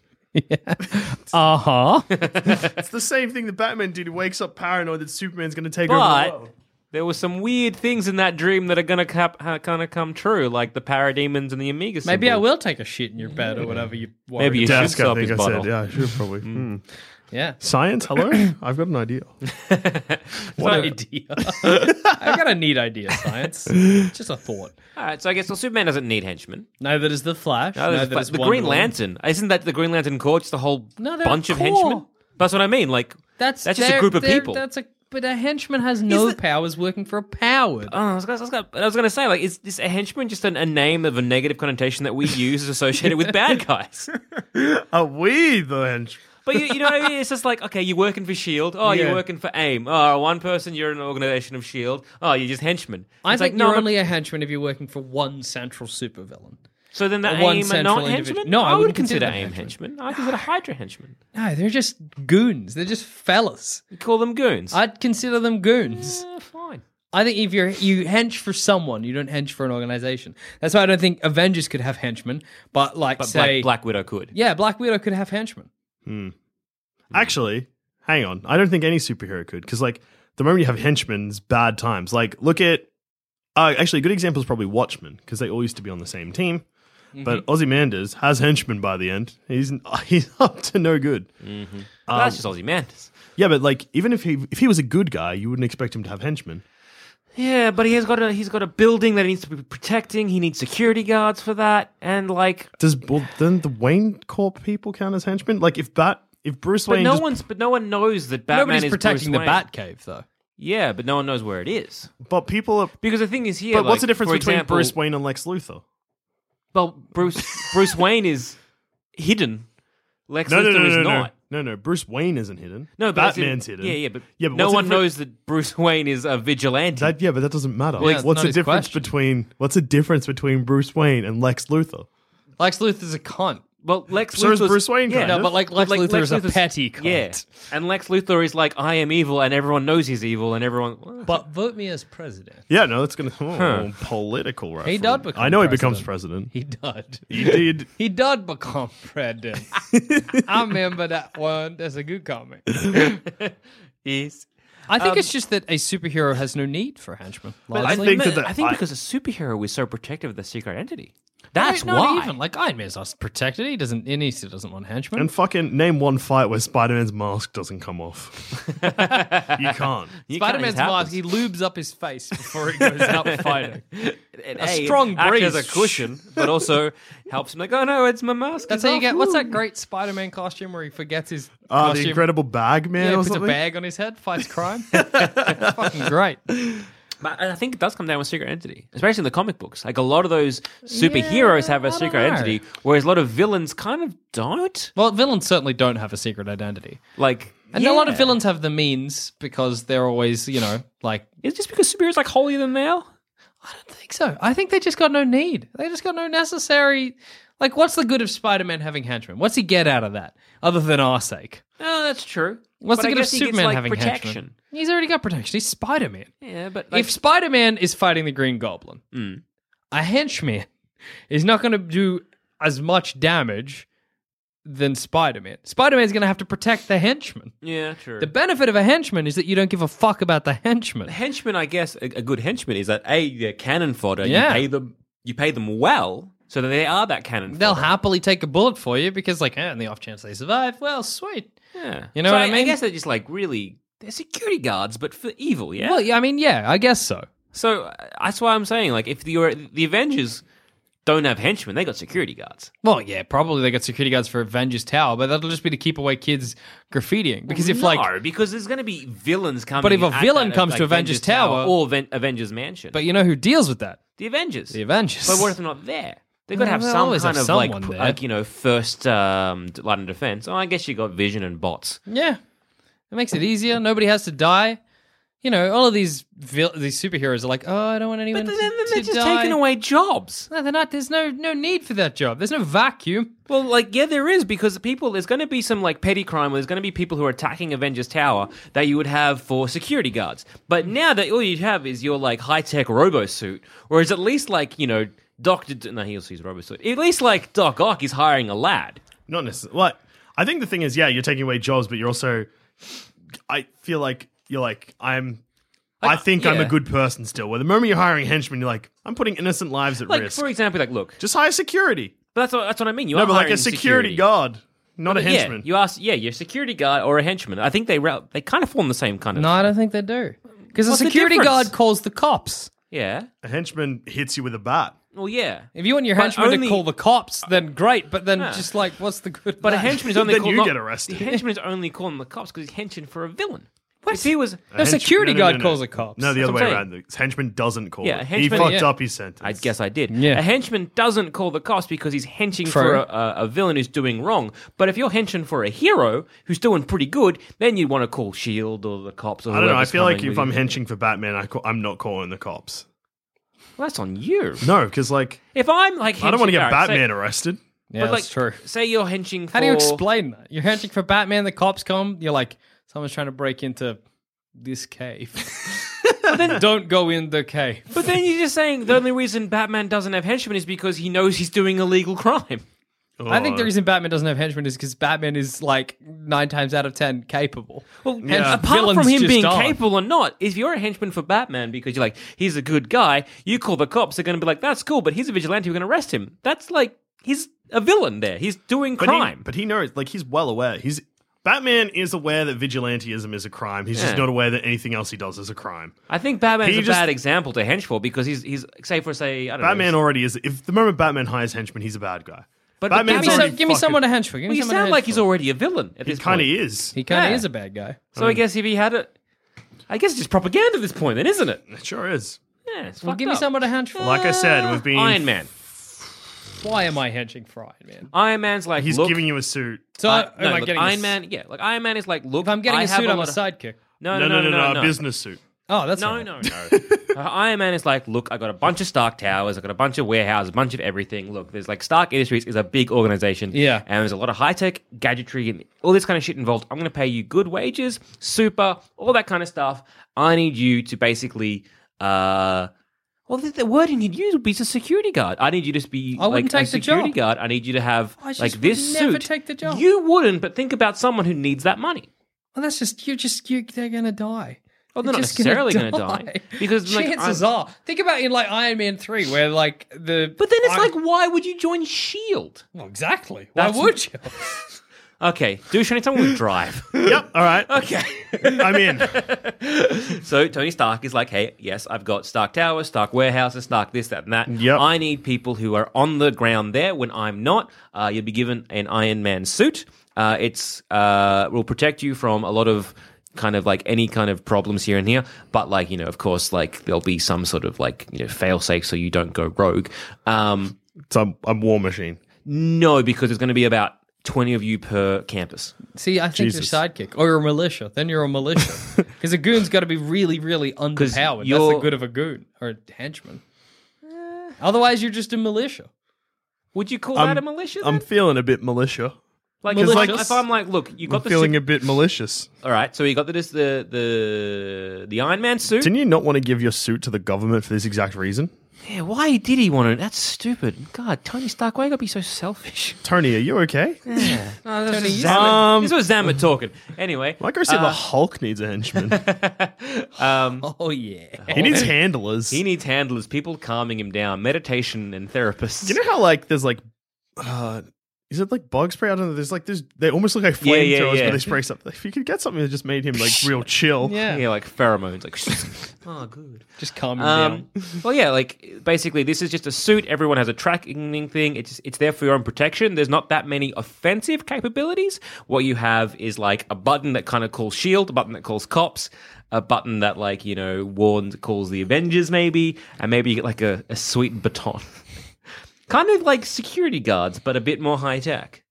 E: Uh huh.
D: It's the same thing that Batman did. He wakes up paranoid that Superman's going to take over. The
C: but
D: world.
C: there were some weird things in that dream that are gonna cap- ha- kind of come true, like the parademons and the Amiga.
E: Maybe I
C: symbol.
E: will take a shit in your bed or whatever you. worried
C: Maybe you
E: about.
C: should
D: Desk, I
C: stop
D: think
C: his
D: I
C: bottle.
D: said. Yeah, I should probably. Hmm.
E: Yeah.
D: Science? Hello? I've got an idea.
E: What an idea. I got a neat idea, science. Just a thought.
C: All right, so I guess well, Superman doesn't need henchmen.
E: Neither does the Flash.
C: No, there's
E: neither
C: but
E: does
C: the
E: Wonder
C: Green
E: Woman.
C: Lantern. Isn't that the Green Lantern Corps? Just a whole
E: No, they're a
C: bunch of
E: corps.
C: henchmen. That's what I mean. Like
E: That's
C: that's just a
E: they're-
C: group of
E: they're-
C: people.
E: That's a but a henchman has no powers working for a powered.
C: Oh, I was, gonna- I was gonna- I was going to say, like, is this a henchman just an, a name of a negative connotation that we use is associated with bad guys?
D: Are we the hench?
C: But you, you know what I mean? It's just like, okay, you're working for Shield. Oh, you're
D: Yeah.
C: working for AIM. Oh, one person, you're an organization of Shield. Oh, you're just henchman.
E: I
C: It's
E: think
C: like, no,
E: you're
C: but-
E: only a henchman if you're working for one central supervillain.
C: so then the
E: one
C: AIM are
E: central
C: not
E: individual.
C: henchmen.
E: No, I
C: I would
E: wouldn't
C: consider
E: consider them
C: AIM henchmen. I consider Hydra henchmen.
E: No, they're just goons. They're just fellas.
C: You call them goons.
E: I'd consider them goons.
C: Eh, fine.
E: I think if you're you hench for someone, you don't hench for an organization. That's why I don't think Avengers could have henchmen, but like
C: But
E: say
C: Black, Black Widow could.
E: yeah, Black Widow could have henchmen.
D: Actually, hang on. I don't think any superhero could because, like, the moment you have henchmen, it's bad times. Like, look at. Uh, actually, a good example is probably Watchmen because they all used to be on the same team.
C: Mm-hmm.
D: But Ozymandias has henchmen by the end. He's he's up to no good.
C: Well, Ah, that's just Ozymandias.
D: Yeah, but like even if he if he was a good guy, you wouldn't expect him to have henchmen.
C: Yeah, but he has got a he's got a building that he needs to be protecting. He needs security guards for that, and like
D: Does well, then the Wayne Corp people count as henchmen? Like if Bat if Bruce
C: But
D: Wayne
C: no
D: just
C: one's. But no one knows that Batman
E: Nobody's
C: is
E: protecting
C: Bruce
E: the
C: Wayne.
E: Batcave though.
C: Yeah, but no one knows where it is
D: But people are.
C: because the thing is here.
D: but
C: like,
D: what's the difference
C: for
D: between
C: example-
D: Bruce Wayne and Lex Luthor?
C: Well, Bruce Bruce Wayne is hidden. Lex Luthor is not.
D: no, no. Bruce Wayne isn't hidden.
C: No, but it's in-
D: Batman's hidden.
C: Yeah, yeah, but,
D: yeah, but
C: no
D: what's the
C: one
D: difference-
C: knows that Bruce Wayne is a vigilante.
D: That, yeah, but that doesn't matter.
E: Well, yeah,
D: what's
E: not
D: the
E: his
D: difference
E: question.
D: between what's the difference between Bruce Wayne and Lex Luthor?
E: Lex Luthor's a cunt.
C: well, Lex
D: So is
C: Luthor's-
D: Bruce Wayne,
C: Yeah,
D: kind
E: No,
D: of.
E: but like Lex, Luthor is a
C: Luthor's-
E: petty cunt.
C: Yeah, and Lex Luthor is like, I am evil, and everyone knows he's evil, and everyone.
E: But vote me as president.
D: Yeah, no, that's gonna oh, political. Reference.
E: does become
D: I know he
E: president.
D: becomes president.
E: He did.
D: He did.
E: He did become president. I remember that one. That's a good Um, comic.
C: is
E: I think it's just that a superhero has no need for a henchman.
D: I
E: largely.
D: think that the-
C: I think
D: I-
C: because a superhero is so protective of their secret entity.
E: Right,
C: That's
E: not
C: why.
E: even like Iron Man's not protected. He doesn't. He needs to doesn't want henchmen.
D: And fucking name one fight where Spider Man's mask doesn't come off. you can't.
C: You can't,
E: Spider Man's
C: it happens.
E: mask. He lubes up his face before he goes out fighting.
C: And
E: A strong
C: acts
E: breeze.
C: as a cushion, but also helps him like, oh no, it's my mask.
E: That's
C: is
E: how you
C: off."
E: get. What's
C: Woo.
E: that great Spider Man costume where he forgets his
D: Ah,
E: costume?
D: the Incredible Bag Man
E: Yeah, he
D: or
E: puts
D: something.
E: a bag on his head, fights crime. It's fucking great.
C: But I think it does come down with secret entity, especially in the comic books. Like a lot of those superheroes
E: Yeah,
C: have
E: I
C: a
E: don't
C: secret
E: know.
C: entity, whereas a lot of villains kind of don't.
E: Well, villains certainly don't have a secret identity.
C: Like,
E: And a lot of
C: yeah.
E: villains have the means because they're always, you know, like
C: Is it just because superheroes like holier than thou?
E: I don't think so. I think they just got no need. They just got no necessary. Like, what's the good of Spider-Man having henchmen? What's he get out of that other than our sake?
C: No, that's true.
E: What's
C: But
E: the
C: I
E: good of
C: guess he gets,
E: Superman
C: like,
E: having
C: protection?
E: henchmen? He's already got protection. He's Spider-Man.
C: Yeah, but like,
E: if Spider-Man is fighting the Green Goblin,
C: Mm.
E: a henchman is not going to do as much damage than Spider-Man. Spider-Man's going to have to protect the henchman.
C: yeah, true.
E: The benefit of a henchman is that you don't give a fuck about the henchman.
C: henchman, I guess, a, a good henchman is that a they're cannon fodder.
E: Yeah.
C: You pay them, you pay them well, so that they are that cannon.
E: They'll
C: fodder.
E: happily take a bullet for you because, like, eh, in the off chance they survive, well, sweet.
C: Yeah.
E: You know
C: So
E: what I mean?
C: I guess they're just like really they're security guards, but for evil. Yeah.
E: Well, yeah, I mean, yeah, I guess so.
C: so uh, that's why I'm saying like if you're the Avengers don't have henchmen; they got security guards.
E: Well, yeah, probably they got security guards for Avengers Tower, but that'll just be to keep away kids graffitiing. Because if
C: no,
E: like
C: because there's going to be villains coming.
E: But if a
C: at
E: villain
C: that,
E: comes to Avengers Tower-
C: or Aven- Avengers Mansion,
E: But you know who deals with that?
C: the Avengers,
E: The Avengers.
C: But what if they're not there? They've got to
E: Well,
C: have
E: they'll
C: some
E: always
C: kind
E: have
C: of like,
E: someone
C: p-
E: there.
C: like you know, first um, d- line of defense. Oh, I guess you got Vision and bots.
E: Yeah, it makes it easier. Nobody has to die. You know, all of these vil- these superheroes are like, oh, I don't want anyone
C: But
E: to,
C: then, then they're
E: to
C: just
E: die.
C: taking away jobs.
E: No, they're not. There's no no need for that job. There's no vacuum.
C: Well, like yeah, there is because people. There's going to be some like petty crime. Where there's going to be people who are attacking Avengers Tower that you would have for security guards. But now that all you have is your like high tech robo suit, whereas at least like you know Doctor. D- no, he also uses robo suit. At least like Doc Ock is hiring a lad.
D: Not necessarily. Like, I think the thing is, yeah, you're taking away jobs, but you're also. I feel like you're like I'm. I think I'm a
E: yeah.
D: good person still. Where the moment you're hiring henchmen, you're like, I'm putting innocent lives at
C: Like
D: risk.
C: for example, like look,
D: Just hire security.
C: but that's what, that's what I mean. You
D: no,
C: are
D: but like
C: hiring
D: a security, guard, not a henchman.
C: Yeah, you ask. Yeah, your security guard or a henchman. I think they ra- they kind of form the same kind of.
E: No, I don't think they do. Because a
C: What's the
E: security
C: difference?
E: guard calls the cops.
C: Yeah.
D: a henchman hits you with a bat.
C: Well, yeah.
E: If you want your
C: But
E: henchman
C: only- Uh,
E: to call the cops, then great. But then
C: Yeah.
E: just like, what's the good?
C: But a
E: of that?
C: henchman is only
D: Then
C: called
D: you
C: not-
D: get arrested.
C: The henchman is only calling the cops because he's henching for a villain. What if he was?
E: No
D: hench-
E: security
D: no, no, no,
E: guard
D: no.
E: calls the cops.
D: No, the
C: That's
D: other
C: what
D: way
C: I'm
D: around. The henchman doesn't call.
C: Yeah,
D: it.
C: a
D: he
C: henchman-
D: fucked
E: yeah.
D: up his sentence.
C: I guess I did.
E: Yeah.
C: A henchman doesn't call the cops because he's henching for
E: True.
C: a, a, a villain who's doing wrong. But if you're henching for a hero who's doing pretty good, then you'd want to call Shield E or the cops. Or
D: I don't know. I
C: whoever's
D: feel like
C: coming
D: if
C: with
D: I'm
C: you.
D: henching for Batman, I call, I'm not calling the cops.
C: well, that's on you.
D: No, because like
C: If I'm like,
D: I don't want
C: henching-
D: to get
C: all right, say-
D: Batman arrested.
E: yeah,
C: but like,
E: that's true.
C: say you're henching. For,
E: How do you explain that? You're hunting for Batman, the cops come, you're like, someone's trying to break into this cave. Don't go in the cave.
C: But then you're just saying the only reason Batman doesn't have henchmen is because he knows he's doing illegal crime.
E: I think the reason Batman doesn't have henchmen is because Batman is like nine times out of ten capable.
C: Well,
E: Yeah.
C: and apart
E: Villains
C: from him
E: just
C: being
E: aren't.
C: capable or not, if you're a henchman for Batman because you're like, he's a good guy, you call the cops, they're going to be like, that's cool, but he's a vigilante, we're going to arrest him. That's like, he's a villain there. He's doing
D: But he,
C: crime.
D: but he knows. Like he's well aware. He's Batman is aware that vigilanteism is a crime. He's
C: Yeah.
D: just not aware that anything else he does is a crime.
C: I think Batman's
D: He
C: a
D: just-
C: bad example to hench for because he's, he's say, for say, I don't
D: Batman
C: know.
D: already is. If the moment Batman hires henchmen, he's a bad guy.
C: But- but
D: Batman's
E: Give me,
C: He's
E: some,
D: already
E: give me
D: fucking-
E: someone to hench for. Give
C: Well,
E: me
C: you
E: someone to
C: sound
E: hench
C: like he's
E: for.
C: already a villain at
D: He
C: this
D: kind
C: point.
D: of is.
E: He kind of
C: Yeah.
E: is a bad guy.
C: So I guess if he had it, I guess it's just propaganda at this point, then, isn't it?
D: It sure is.
C: Yeah, it's
E: Well,
C: fucked
E: give me
C: up.
E: someone to hench for.
D: Like I said, we've been.
C: Iron Man.
E: Why am I henching for Iron Man?
C: Iron Man's like
D: He's
C: look,
D: giving you a suit.
E: So
C: I-
E: am
C: no,
E: I
C: look,
E: getting a
C: Iron
E: s-
C: Man? Yeah, like Iron Man is like look.
E: If I'm getting
C: I
E: a
C: have
E: suit, I'm a
C: lot of-
E: sidekick.
C: No, no, no, no, no,
D: a business suit.
E: Oh, that's
C: No,
E: right.
C: no, no. Uh, Iron Man is like, look, I got a bunch of Stark Towers, I got a bunch of warehouses, a bunch of everything. Look, there's like Stark Industries is a big organization.
E: Yeah.
C: And there's a lot of high tech gadgetry and all this kind of shit involved. I'm going to pay you good wages, super, all that kind of stuff. I need you to basically, uh, well, the, the word you need you would be a security guard. I need you to be
E: I
C: like
E: wouldn't
C: a
E: take the
C: security
E: job.
C: guard. I need you to have
E: I just
C: like
E: would
C: this
E: never
C: suit.
E: take the job.
C: You wouldn't, but think about someone who needs that money.
E: Well, that's just you. Just you. They're gonna die.
C: Well, they're not
E: just
C: necessarily gonna die, because, like,
E: chances
C: I'm-
E: are, think about in like Iron Man three, where like the
C: But then it's
E: Iron-
C: like, why would you join Shield?
E: well, exactly. Why
C: That's-
E: would you?
C: Okay, douche, I need someone with drive.
D: Yep. All right.
C: okay.
D: I'm in.
C: So Tony Stark is like, hey, yes, I've got Stark Towers, Stark warehouses, Stark this, that, and that.
D: Yep.
C: I need people who are on the ground there when I'm not. Uh, you'll be given an Iron Man suit. Uh, it's uh, will protect you from a lot of kind of like any kind of problems here and here. But like you know, of course, like there'll be some sort of like you know failsafe so you don't go rogue. Um,
D: So I'm, I'm War Machine.
C: no, because there's going to be about twenty of you per campus.
E: See, I think
D: Jesus.
E: you're sidekick or you're a militia. Then you're a militia because a goon's got to be really, really underpowered. That's the
C: you're-
E: good of a goon or a henchman. Otherwise, you're just a militia.
C: Would you call that a militia?
D: I'm
C: then?
D: feeling a bit militia.
C: like,
D: 'cause like-
C: if if I'm like, look, you got
D: I'm
C: the
D: feeling a bit malicious.
C: All right, so you got the this, the the the Iron Man suit.
D: Didn't you not want to give your suit to the government for this exact reason?
C: yeah, why did he want it? That's stupid. God, Tony Stark, why you gotta be so selfish?
D: Tony, are you okay?
E: Tony, you-
D: Um,
C: this was Zamet talking. Anyway,
D: Like I said,
C: Uh,
D: the Hulk needs a henchman.
E: oh yeah.
D: he needs handlers.
C: he needs handlers, people calming him down, meditation and therapists.
D: you know how like there's like uh, Is it like bug spray? I don't know. There's like this. They almost look like
C: Yeah,
D: flamethrowers,
C: yeah, yeah.
D: but they spray something. If you could get something that just made him like real chill,
E: Yeah.
C: Yeah, like pheromones. Like, oh, good.
E: Just calm him
C: Um,
E: down.
C: well, yeah, like basically, this is just a suit. Everyone has a tracking thing. It's it's there for your own protection. There's not that many offensive capabilities. What you have is like a button that kind of calls shield, a button that calls cops, a button that like you know warns calls the Avengers maybe, and maybe you get like a, a sweet baton, kind of like security guards, but a bit more high tech.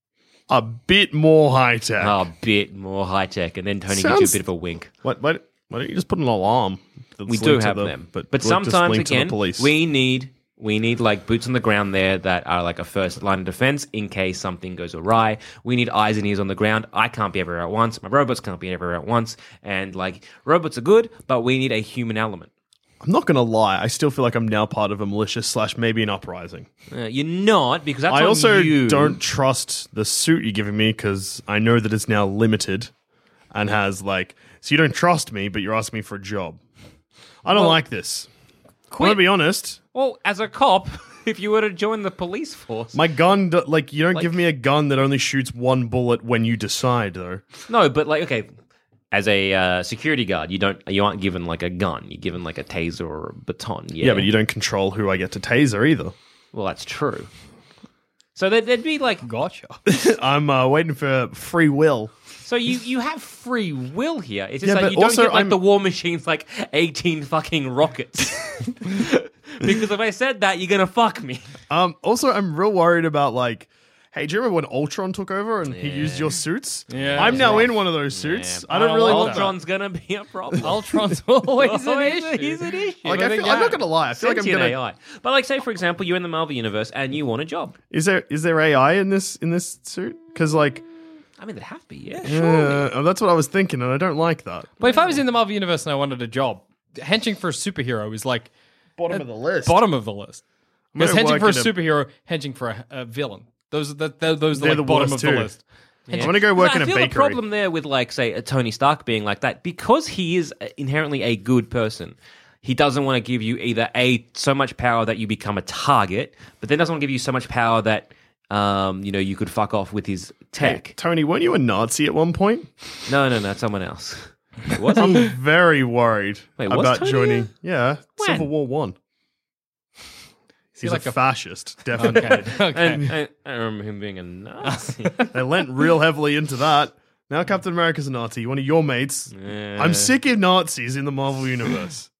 D: a bit more high tech.
C: A bit more high tech, and then Tony gives
D: Sounds-
C: you a bit of a wink.
D: What? Why, why don't you just put an alarm? that's
C: we
D: linked
C: do
D: to
C: have
D: the-
C: them, but
D: like,
C: but
D: just
C: sometimes
D: linked to
C: again,
D: the police.
C: we need we need like boots on the ground there that are like a first line of defense in case something goes awry. We need eyes and ears on the ground. I can't be everywhere at once. My robots can't be everywhere at once. And like robots are good, but we need a human element.
D: I'm not gonna lie. I still feel like I'm now part of a militia slash maybe an uprising.
C: Uh, you're not because that's
D: I
C: on
D: also
C: you.
D: don't trust the suit you're giving me because I know that it's now limited and has like. So you don't trust me, but you're asking me for a job. I don't like this. I'm
C: Quit.
D: gonna be honest.
C: Well, as a cop, if you were to join the police force,
D: My gun, do- like you don't
C: Like-
D: give me a gun that only shoots one bullet when you decide, though.
C: no, but like okay. As a uh, security guard, you don't you aren't given like a gun. You're given like a taser or a baton.
D: Yeah, but you don't control who I get to taser either.
C: Well, that's true. So there- there'd be like,
E: Gotcha.
D: I'm uh, waiting for free will.
C: so you you have free will here. It's just
D: Yeah,
C: like
D: but
C: you don't
D: also
C: get like
D: I'm-
C: the war machines like eighteen fucking rockets. because if I said that, you're gonna fuck me.
D: Um, also, I'm real worried about like, hey, do you remember when Ultron took over and he used your suits?
E: Yeah.
D: I'm now in one of those suits. I
C: Uh,
D: don't
E: I
D: really want that.
C: Ultron's Oh, gonna be a problem.
E: Ultron's always an
C: Always a-
E: issue.
C: he's an issue.
D: Like, I feel, I'm not gonna lie. I feel like I'm
C: Sentient
D: gonna.
C: AI. But like, say for example, you're in the Marvel universe and you want a job.
D: Is there is there AI in this in this suit? Because like,
C: I mean, there'd have to be, yeah.
D: uh, oh, that's what I was thinking, and I don't like that.
E: But if I was in the Marvel universe and I wanted a job, henching for a superhero is like
D: Bottom of the list.
E: bottom of the list.
D: I'm gonna
E: Because henching
D: work
E: for a
D: in a-
E: superhero, henching for a, a villain. Those are the, tho- those are
D: They're
E: like
D: the
E: bottom
D: worst
E: of
D: too.
E: the list.
D: I'm gonna go work
C: I
D: in a
C: feel
D: bakery.
C: the problem there with like say a Tony Stark being like that because he is inherently a good person. He doesn't want to give you either a so much power that you become a target, but then doesn't want to give you so much power that um, you know you could fuck off with his tech.
D: Tony, weren't you a Nazi at one point?
C: No, no, no, it's someone else. What?
D: I'm very worried
C: Wait, was
D: about
C: Tony
D: joining.
C: a-
D: Yeah,
C: When?
D: Civil War One. He's like
E: like
D: a,
E: a-
D: fascist, definitely.
E: Okay. okay.
C: and, and I remember him being a Nazi.
D: They lent real heavily into that. Now Captain America's a Nazi, one of your mates. I'm sick of Nazis in the Marvel universe.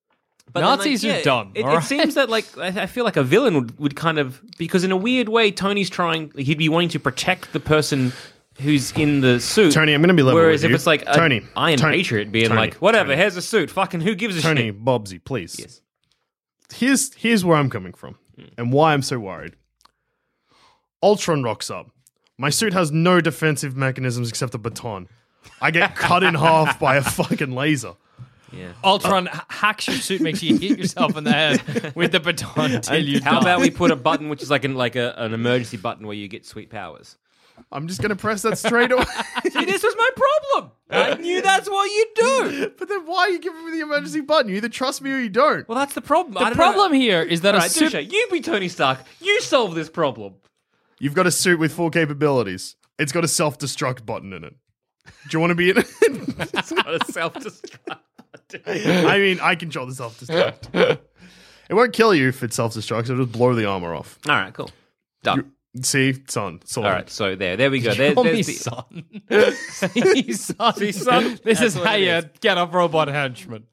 C: But then,
E: Nazis are
C: yeah,
E: dumb,
C: It, it
E: alright?
C: seems that like I I feel like a villain would, would kind of because in a weird way Tony's trying he'd be wanting to protect the person who's in the suit.
D: Tony, I'm gonna be level
C: Whereas
D: with
C: if
D: you.
C: it's like a
D: Tony,
C: Iron
D: Tony,
C: Patriot being
D: Tony,
C: like whatever, here's a suit, fucking who gives a
D: Tony,
C: shit?
D: Bobsy, please.
C: Yes. Hmm.
D: Here's here's where I'm coming from and why I'm so worried. Ultron rocks up. My suit has no defensive mechanisms except a baton. I get cut in half by a fucking laser.
E: Ultron h- hacks your suit, makes you hit yourself in the head with the baton until you
C: How
E: die.
C: about we put a button which is like an like a, an emergency button where you get sweet powers?
D: I'm just gonna press that straight away.
C: See, this was my problem. I knew that's what you do.
D: but then why are you giving me the emergency button? You either trust me or you don't.
C: Well, that's the problem.
E: The problem here is that a
C: Right,
E: super.
C: Dusha, you be Tony Stark. You solve this problem.
D: You've got a suit with full capabilities. It's got a self destruct button in it. Do you want to be in it?
C: It's not a self-destruct.
D: I mean, I control the self destruct. It won't kill you if it self destructs, it'll just blow the armor off.
C: All right, cool. Done.
D: See, it's on. It's on.
C: All right, so there, there we go. There,
E: Call me
C: there's the,
E: son. See, son.
C: son.
E: This is
C: That's what
E: how
C: it
E: you
C: is.
E: get off robot henchman.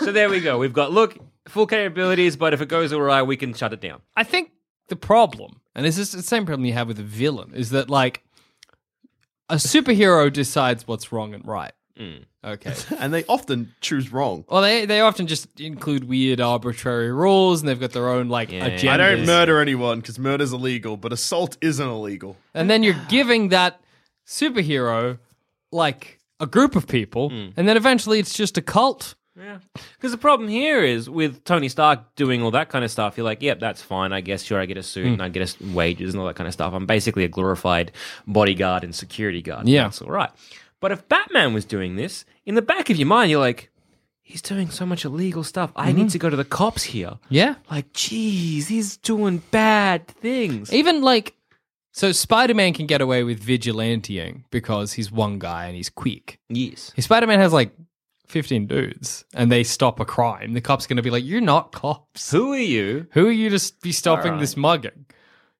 C: so there we go. We've got look full capabilities, but if it goes awry, we can shut it down.
E: I think the problem, and this is the same problem you have with a villain, is that like a superhero decides what's wrong and right.
D: Mm.
E: Okay.
D: And they often choose wrong.
E: Well, they they often just include weird arbitrary rules, and they've got their own like agenda.
D: I don't murder anyone because murder's illegal, but assault isn't illegal.
E: and then you're giving that superhero like a group of people,
D: Mm.
E: and then eventually it's just a cult.
C: Because the problem here is with Tony Stark doing all that kind of stuff. You're like, yep, that's fine. I guess sure, I get a suit and I get a s wages and all that kind of stuff. I'm basically a glorified bodyguard and security guard.
E: Yeah.
C: that's all right. But if Batman was doing this, in the back of your mind, you're like, he's doing so much illegal stuff. I need to go to the cops here.
E: Yeah.
C: Like, geez, he's doing bad things.
E: Even like So Spider Man can get away with vigilanteing because he's one guy and he's quick.
C: Yes.
E: Spider Man has like 15 dudes and they stop a crime. The cop's going to be like, You're not cops.
C: Who are you?
E: Who are you to s- be stopping this mugging?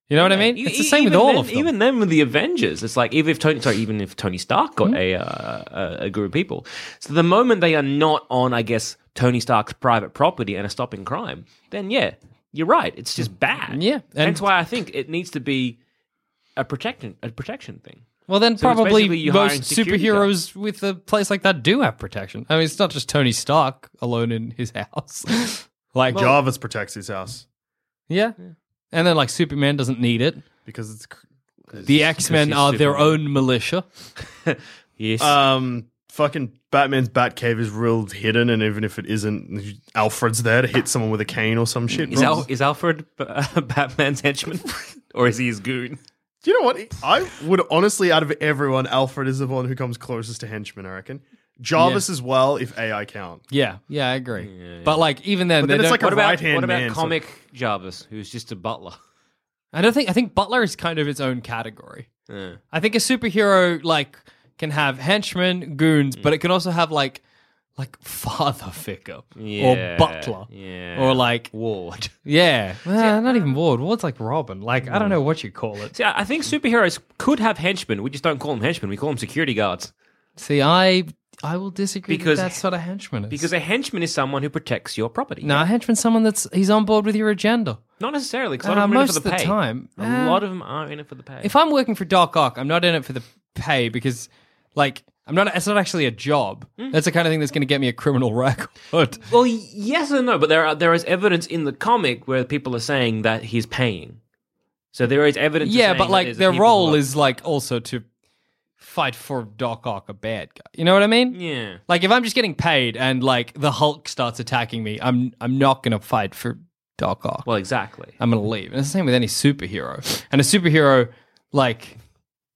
E: You know what I mean?
C: E-
E: It's the
C: e-
E: same with
C: even
E: all
C: then-
E: of them.
C: Even then, with the Avengers, it's like even if Tony, sorry, even if Tony Stark
E: Hmm?
C: got a, uh, a a group of people, so the moment they are not on, I guess, Tony Stark's private property and are stopping crime, then yeah, you're right. It's just bad.
E: Hmm. Yeah, and-
C: that's why I think it needs to be a protection a protection thing.
E: well, then
C: So it's
E: probably
C: basically you hiring
E: most
C: security
E: superheroes with a place like that do have protection. I mean, it's not just Tony Stark alone in his house. like,
D: Jarvis protects his house
E: yeah. And then, like, Superman doesn't need it.
D: because it's. cr-
E: The X Men
C: he's
E: are their
C: Superman.
E: own militia.
C: Yes.
D: Um, fucking Batman's Batcave is real hidden, and even if it isn't, Alfred's there to hit someone with a cane or some shit.
C: Mm, is, Al- is Alfred uh, Batman's henchman, or is he his goon?
D: Do you know what? I would honestly, out of everyone, Alfred is the one who comes closest to henchman. I reckon. Jarvis as well, if AI count.
E: Yeah, yeah, I agree. But like, even then,
D: But
E: they
D: then it's
E: don't-
D: like a
C: What about
D: right-hand
C: what about
D: man, so-
C: comic Jarvis, who's just a butler?
E: I don't think I think Butler is kind of its own category.
C: Yeah.
E: I think a superhero like can have henchmen, goons, but it can also have like like father figure
C: Yeah,
E: or butler
C: yeah.
E: or like
C: Ward.
E: yeah, Well, not even Ward. Ward's like Robin. Like I don't
C: Hmm.
E: know what you call it.
C: See, I I think superheroes could have henchmen. We just don't call them henchmen. We call them security guards.
E: See, I I will disagree
C: Because-
E: because that's what a henchman is.
C: Because a henchman is someone who protects your property.
E: no, a henchman's someone that's he's on board with your agenda.
C: Not necessarily, because a
E: Uh,
C: lot of them are in it
E: most
C: for
E: of the
C: the pay.
E: time.
C: A
E: Uh,
C: lot of them are in it for the pay.
E: if I'm working for Dark Ark, I'm not in it for the pay because, like, I'm not. It's not actually a job.
C: Mm.
E: That's the kind of thing that's going to get me a criminal record.
C: well, y- yes and no, but there are, there is evidence in the comic where people are saying that he's paying. So there is evidence.
E: yeah,
C: saying
E: but
C: that
E: like
C: there's
E: their
C: people
E: role
C: who are-
E: is like also to fight for Dark Ark, a bad guy. You know what I mean?
C: Yeah.
E: Like if I'm just getting paid and like the Hulk starts attacking me, I'm I'm not going to fight for Dark Ark.
C: Well, exactly.
E: I'm going to leave. And it's the same with any superhero. And a superhero, like,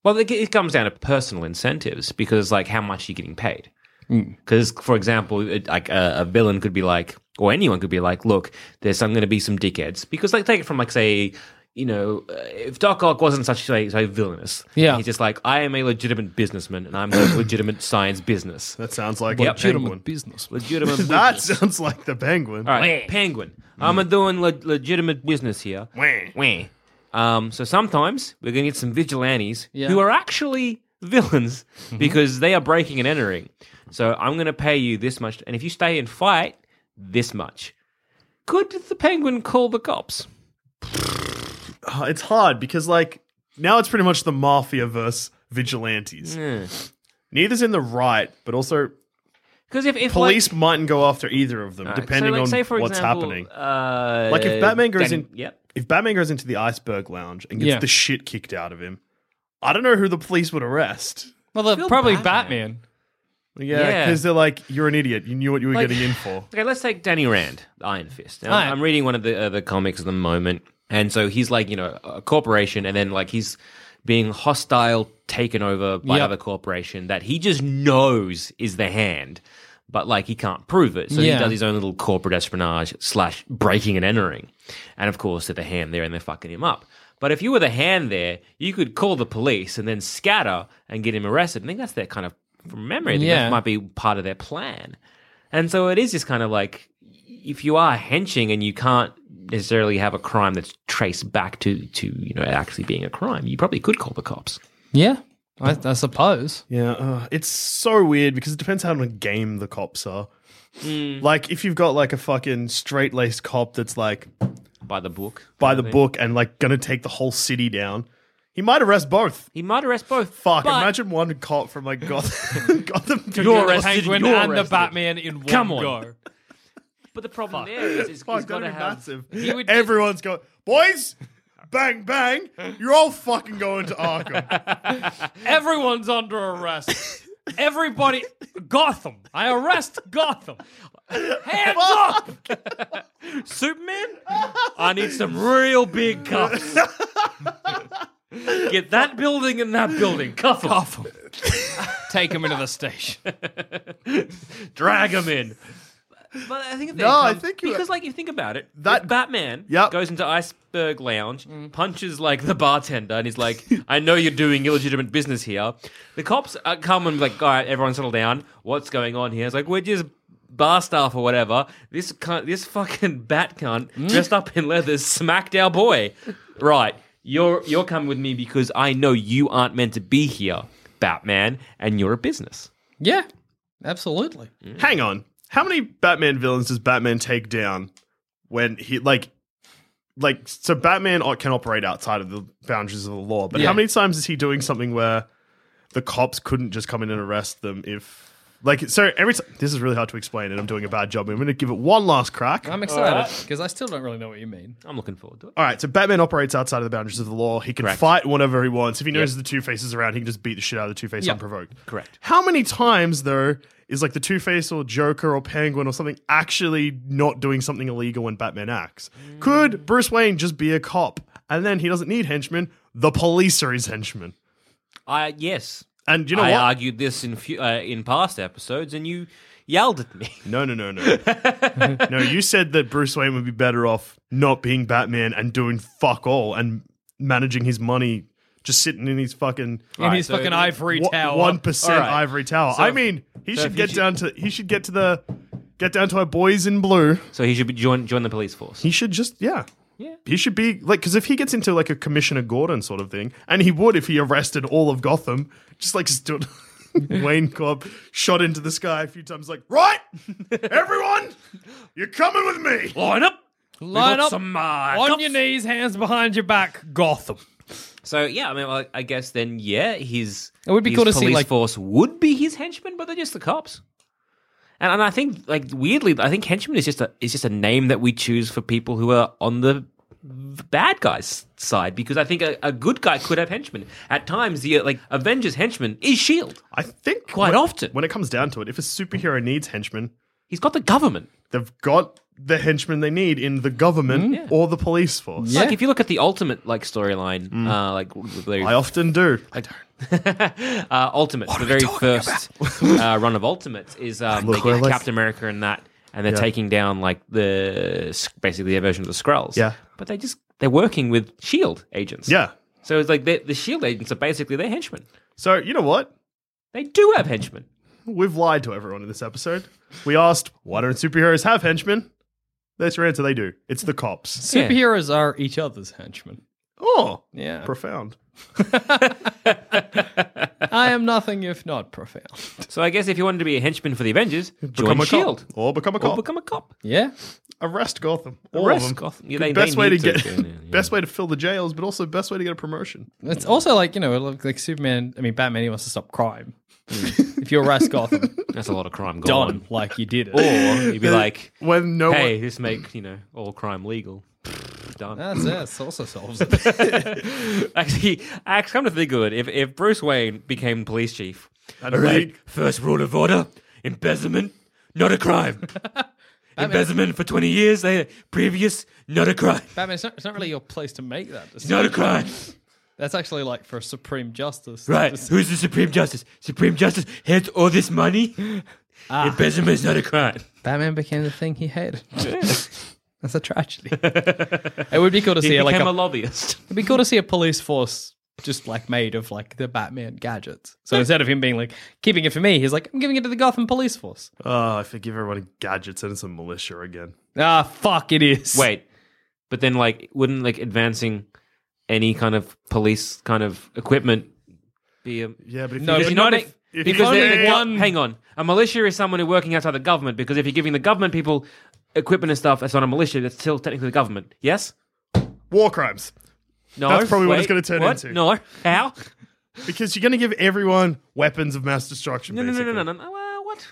C: Well, it, it comes down to personal incentives because, like, how much you're getting paid. Because, for example, it, like a, a villain could be like, or anyone could be like, "Look, there's I'm going to be some dickheads." Because, like, take it from like say, you know, uh, if Doc Ock wasn't such say, say villainous,
E: Yeah.
C: he's just like, "I am a legitimate businessman and I'm a legitimate science business,
D: That sounds like
C: Yep.
D: the penguin.
E: legitimate business.
C: legitimate."
D: That
C: business.
D: sounds like the penguin.
C: All right, penguin. I'm a doing le- legitimate business here.
D: Wah.
C: Wah. Um, so sometimes we're going to get some vigilantes
E: Yeah.
C: who are actually villains
D: Mm-hmm.
C: because they are breaking and entering. So I'm going to pay you this much, and if you stay and fight, this much. Could the penguin call the cops?
D: Uh, It's hard because like now it's pretty much the mafia versus vigilantes. Neither's in the right, but also
C: Because if, if
D: police
C: like,
D: mightn't go after either of them,
C: Alright, so,
D: depending
C: like,
D: on
C: say, for
D: what's
C: example,
D: happening.
C: uh,
D: Like if Batman goes
C: then-
D: in,
C: yep.
D: if Batman goes into the iceberg lounge and gets
E: Yeah.
D: the shit kicked out of him, I don't know who the police would arrest.
E: Well, they're
C: Feel
E: probably
C: bad.
E: Batman.
D: Yeah,
C: Yeah.
D: because they're like, you're an idiot. You knew what you were
C: Like-
D: getting in for.
C: Okay, let's take Danny Rand, the Iron Fist. Now,
E: Alright.
C: I'm reading one of the uh, the comics at the moment, and so he's like, you know, a corporation, and then like he's being hostile, taken over by
E: Yep.
C: other corporation that he just knows is the hand, but like he can't prove it, so he
E: Yeah.
C: does his own little corporate espionage slash breaking and entering, and of course they're the hand there, and they're fucking him up. But if you were the hand there, you could call the police and then scatter and get him arrested. I think that's their kind of from memory. I think
E: Yeah.
C: that might be part of their plan. And so it is just kind of like if you are henching and you can't necessarily have a crime that's traced back to to you know actually being a crime, you probably could call the cops.
E: Yeah, I, I suppose.
D: Yeah, uh, it's so weird because it depends how on a game the cops are.
C: Hmm.
D: Like if you've got like a fucking straight laced cop that's like
C: By the book,
D: by the book and like gonna take the whole city down, he might arrest both.
C: he might arrest both.
D: Fuck!
C: but-
D: imagine one cop from like Gotham. Gotham
E: You're
C: You're
E: the
C: arrested,
E: Penguin
C: you're
E: and
C: arrested.
E: the Batman in one
C: Come on.
E: go.
C: But the problem there is, is he's
D: Fuck,
C: got
D: that'd
C: to
D: be
C: have.
D: massive.
E: he would-
D: Everyone's going, boys, bang bang. You're all fucking going to Arkham.
E: Everyone's under arrest. Everybody, Gotham. I arrest Gotham. Hands up,
C: Superman, I need some real big cuffs. Get that building and that building. Cuff 'em.
E: Gotham. Take him into the station.
C: Drag him in. But I think
D: No, I think you-
C: because like you think about it,
D: That-
C: that Batman
D: Yep.
C: goes into Iceberg Lounge, punches like the bartender, and he's like, "I know you're doing illegitimate business here." The cops uh, come and like, "All right, everyone, settle down. What's going on here?" It's like we're just bar staff or whatever. This cunt, this fucking bat cunt dressed up in leathers smacked our boy. Right, you're you're coming with me because I know you aren't meant to be here, Batman, and you're a business.
E: Yeah, absolutely.
D: Hang on. How many Batman villains does Batman take down when he like like so Batman o- can operate outside of the boundaries of the law, but
E: Yeah.
D: how many times is he doing something where the cops couldn't just come in and arrest them if like so every time this is really hard to explain and I'm doing a bad job. I'm going to give it one last crack.
E: I'm excited because I still don't really know what you mean.
C: I'm looking forward to it.
D: All right, so Batman operates outside of the boundaries of the law. He can fight whatever he wants. If he knows the Two Face is around, he can just beat the shit out of the Two Face
E: Yeah.
D: unprovoked.
C: Correct.
D: How many times though is like the Two Face or Joker or Penguin or something actually not doing something illegal when Batman acts? Could Bruce Wayne just be a cop and then he doesn't need henchmen? The police are his henchmen.
C: I yes.
D: And you know
C: I
D: what?
C: argued this in fu- uh, in past episodes, and you yelled at me.
D: no, no, no, no. no, you said that Bruce Wayne would be better off not being Batman and doing fuck all and managing his money just sitting in his fucking
E: In his fucking ivory tower.
D: One percent
C: Alright.
D: ivory tower.
C: So
D: I
C: if-
D: mean, he
C: so if
D: should
C: you
D: get
C: should-
D: down to he should get to the get down to our boys in blue.
C: So he should be join join the police force.
D: He should just yeah.
C: Yeah.
D: He should be like because if he gets into like a Commissioner Gordon sort of thing, and he would if he arrested all of Gotham, just like stood Wayne Cobb shot into the sky a few times, like right, everyone, you're coming with me.
C: Line up,
E: Line up
C: some, uh,
E: on
C: cops.
E: your knees, hands behind your back, Gotham.
C: So yeah, I mean, like, I guess then yeah, his
E: It would be
C: his
E: cool to see,
C: police
E: like-
C: force would be his henchmen, but they're just the cops. And and I think like weirdly, I think henchman is just a is just a name that we choose for people who are on the bad guys side because I think a, a good guy could have henchmen at times. The uh, like Avengers henchman is Shield.
D: I think
C: Quite
D: when-
C: often.
D: when it comes down to it, if a superhero needs henchmen,
C: He's got the government.
D: they've got the henchmen they need in the government
C: Mm.
D: or the police force.
C: Like if you look at the ultimate like storyline, uh, like the-
D: I often do. I don't.
C: uh, Ultimates, the very first uh, run of Ultimates is um, they
D: Look, we're
C: get
D: like-
C: Captain America and that, and they're taking down like the s- basically their version of the Skrulls.
D: Yeah.
C: but they just they're working with Shield E agents.
D: Yeah.
C: so it's like they- the Shield E agents are basically their henchmen.
D: So you know what?
C: They do have henchmen.
D: We've lied to everyone in this episode. We asked, why don't superheroes have henchmen? That's your answer. They do. It's the cops.
C: Yeah.
E: Superheroes are each other's henchmen.
D: Oh,
E: Yeah.
D: profound.
E: I am nothing if not profound.
C: So I guess if you wanted to be a henchman for the Avengers, join
D: a
C: Shield.
D: cop. Or become a
C: E Or
D: cop.
C: become a cop.
E: Yeah.
D: Arrest Gotham. All
C: Arrest
D: of them.
C: Gotham. Yeah, they-
D: best
C: they
D: way to
C: need
D: get
C: to, yeah, yeah.
D: best way to fill the jails, but also best way to get a promotion.
E: It's also like, you know, like, like Superman, I mean, Batman, he wants to stop crime. if you arrest Gotham,
C: That's a lot of crime gone.
E: done. Like you did it.
C: Or you'd be like,
D: When no
C: hey, this make you know all crime legal. done.
E: That's it. It also solves it.
C: Actually, actually, come to think of it, if if Bruce Wayne became police chief,
D: one
F: All right,
D: Wait,
F: first rule of order embezzlement, not a crime. embezzlement for 20 years later, previous, not a crime.
E: Batman, it's not, it's not really your place to make that
F: It's
E: decision.
F: not a crime.
E: That's actually like for Supreme Justice.
F: Right,
E: Just-
F: who's the Supreme Justice? Supreme Justice heads all this money.
E: Ah.
F: Embezzlement is not a crime.
E: Batman became the thing he hated. That's a tragedy. it would be cool to
C: he became
E: see like a,
C: a, lobbyist.
E: it'd be cool to see a police force just like made of like the Batman gadgets. So instead of him being like keeping it for me, he's like I'm giving it to the Gotham police force.
D: Oh, I forgive everyone gadgets and it's a militia again.
E: Ah, fuck it is.
C: Wait, but then like, wouldn't like advancing any kind of police kind of equipment be a
D: Yeah, but if
E: No,
D: you
E: but
C: It's
D: know
C: not
E: if-
C: a-
D: if
C: because
D: you
E: only
C: they're-
E: one-
C: Hang on, a militia is someone who's working outside the government. Because if you're giving the government people equipment and stuff, that's not a militia. That's still technically the government. Yes.
D: war crimes.
C: No.
D: That's probably what it's
C: Wait,
D: gonna turn
C: what?
D: into.
C: No. How?
D: Because you're going to give everyone weapons of mass destruction.
C: No. No. No.
D: basically.
C: No. No. No. Uh, what? What-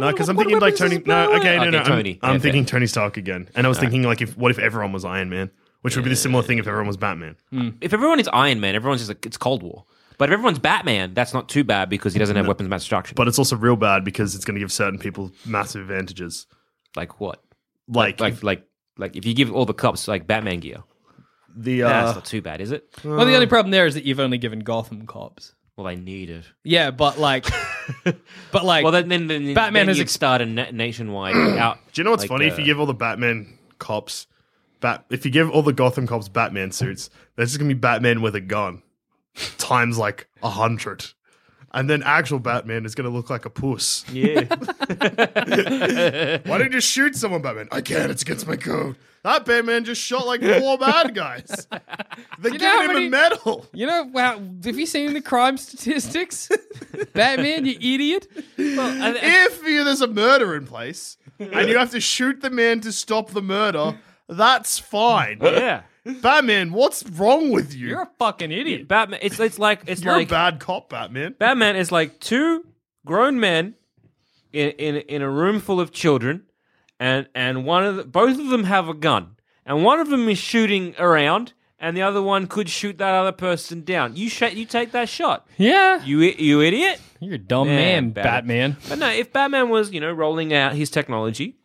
D: No, because I'm
C: what
D: thinking like
C: weapons is
D: Tony.
C: this
D: No,
C: Batman?
D: okay, no,
C: Okay,
D: no. I'm-
C: Tony.
D: I'm,
C: Yeah, fair.
D: thinking Tony Stark again, and I was thinking like, if what if everyone was Iron Man, which would be the similar thing if everyone was Batman.
C: if everyone is Iron Man, everyone's just like it's Cold War. But if everyone's Batman, that's not too bad because he doesn't have weapons of mass destruction.
D: But it's also real bad because it's going to give certain people massive advantages.
C: like what?
D: Like,
C: Like like like if you give all the cops like Batman gear,
D: the
C: that's
D: uh,
C: not too bad, is it? Uh.
E: Well, the only problem there is that you've only given Gotham cops.
C: Well, they need it.
E: Yeah, but like, but like,
C: well, then, then, then
E: Batman
C: then
E: has
C: you'd
E: ex-
C: start a na- nationwide out.
D: Do you know what's
C: like,
D: funny? if
C: uh,
D: you give all the Batman cops, bat, if you give all the Gotham cops Batman suits, there's just gonna be Batman with a gun, times like a hundred, and then actual Batman is gonna look like a puss.
C: yeah,
D: Why did you shoot someone, Batman? I can't. It's against my code. That Batman just shot like four bad guys. They gave
E: how
D: him
E: many-
D: a medal.
E: you know, wow, have you seen the crime statistics? Batman, you idiot.
C: well, I-
D: If you, there's a murder in place and you have to shoot the man to stop the murder, that's fine.
C: yeah.
D: Batman, what's wrong with you?
E: You're a fucking idiot.
C: Batman. It's it's like it's
D: You're
C: like
D: a bad cop, Batman.
C: Batman is like two grown men in in in a room full of children, and and one of the, both of them have a gun, and one of them is shooting around, and the other one could shoot that other person down. You sh- you take that shot.
E: Yeah,
C: You i- you idiot.
E: you're a dumb man, Batman.
C: But no, if Batman was, you know, rolling out his technology,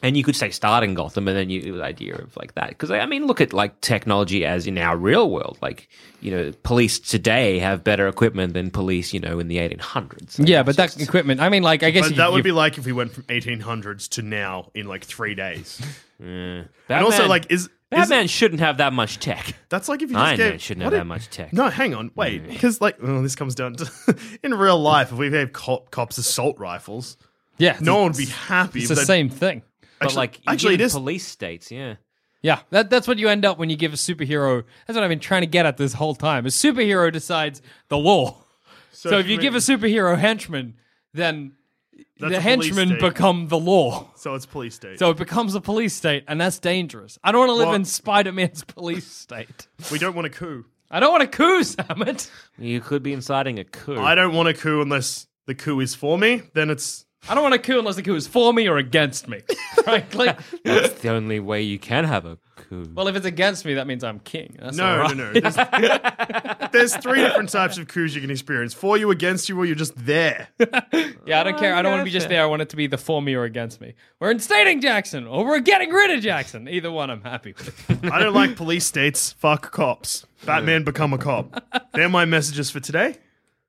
C: and you could say starting Gotham, and then you the idea of like that. Because I mean, look at like technology as in our real world. Like, you know, police today have better equipment than police, you know, in the 1800s.
E: Yeah, but that equipment. I mean, like, I guess
D: But
E: you
D: that
E: could
D: would be
E: give-
D: like if we went from 1800s to now in like three days.
C: Batman,
D: And also, like, is, is
C: Batman shouldn't have that much tech.
D: that's like if you just
C: Iron
D: gave,
C: Man shouldn't
D: what
C: have that
D: if-
C: much tech.
D: No, hang on, wait, because like oh, this comes down to in real life, if we gave cop, cops assault rifles,
E: yeah,
D: no one
E: it's-
D: would be happy.
E: It's
D: if
E: the
D: they-
E: same thing.
C: But
D: actually-
C: like,
D: actually,
C: actually,
D: it is-
C: police states. Yeah,
E: Yeah, that, that's what you end up when you give a superhero. That's what I've been trying to get at this whole time. A superhero decides the law. So, if you
D: we-
E: give a superhero henchman, then
D: That's
E: the
D: a police
E: henchmen
D: state.
E: become the law.
D: so it's police state.
E: So it becomes a police state, and that's dangerous. I don't want to live
D: Well-
E: in Spider Man's police state.
D: we don't want a coup.
E: I don't want to coup, Samet.
C: you could be inciting a coup.
D: I don't want a coup unless the coup is for me. Then it's
E: I don't want a coup unless the coup is for me or against me. Frankly,
C: That's the only way you can have a coup.
E: well, if it's against me, that means I'm king. That's
D: no,
E: all right.
D: no, no. There's, there's three different types of coups you can experience: for you, against you, or you're just there.
E: Yeah, I don't care. I don't want to be just there. I want it to be the for me or against me. We're instating Jackson or we're getting rid of Jackson. Either one, I'm happy with.
D: I don't like police states. Fuck cops. Batman become a cop. They're my messages for today.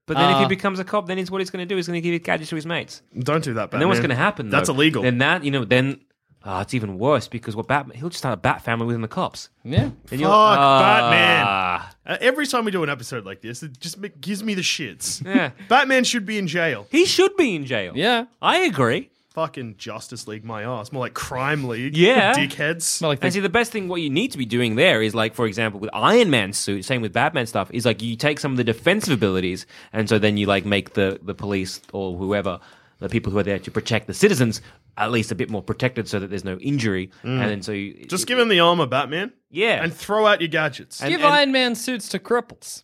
C: But then
D: uh,
C: if he becomes a cop, then he's what he's going to do. He's going to give his gadgets to his mates.
D: Don't do that, Batman.
C: And then what's going to happen? Though,
D: That's illegal.
C: Then that you know then. ah, it's even worse because what Batman? He'll just start a Bat family within the cops.
E: Yeah.
C: And
D: Fuck Batman.
C: ah.
D: Uh, every time we do an episode like this, it just ma- gives me the shits.
C: Yeah.
D: Batman should be in jail.
C: He should be in jail.
E: Yeah.
C: I agree.
D: Fucking Justice League, my ass. More like Crime League.
C: Yeah.
D: Dickheads.
E: Not like
C: And see,
E: the,
C: the best thing what you need to be doing there is like, for example, with Iron Man's suit, same with Batman stuff, is like you take some of the defensive abilities, and so then you like make the the police or whoever, the people who are there to protect the citizens, at least a bit more protected, so that there's no injury, and then so you
D: Mm. just give him the armor, Batman.
C: Yeah.
D: And throw out your gadgets.
E: give
C: and-
E: Iron Man suits to cripples.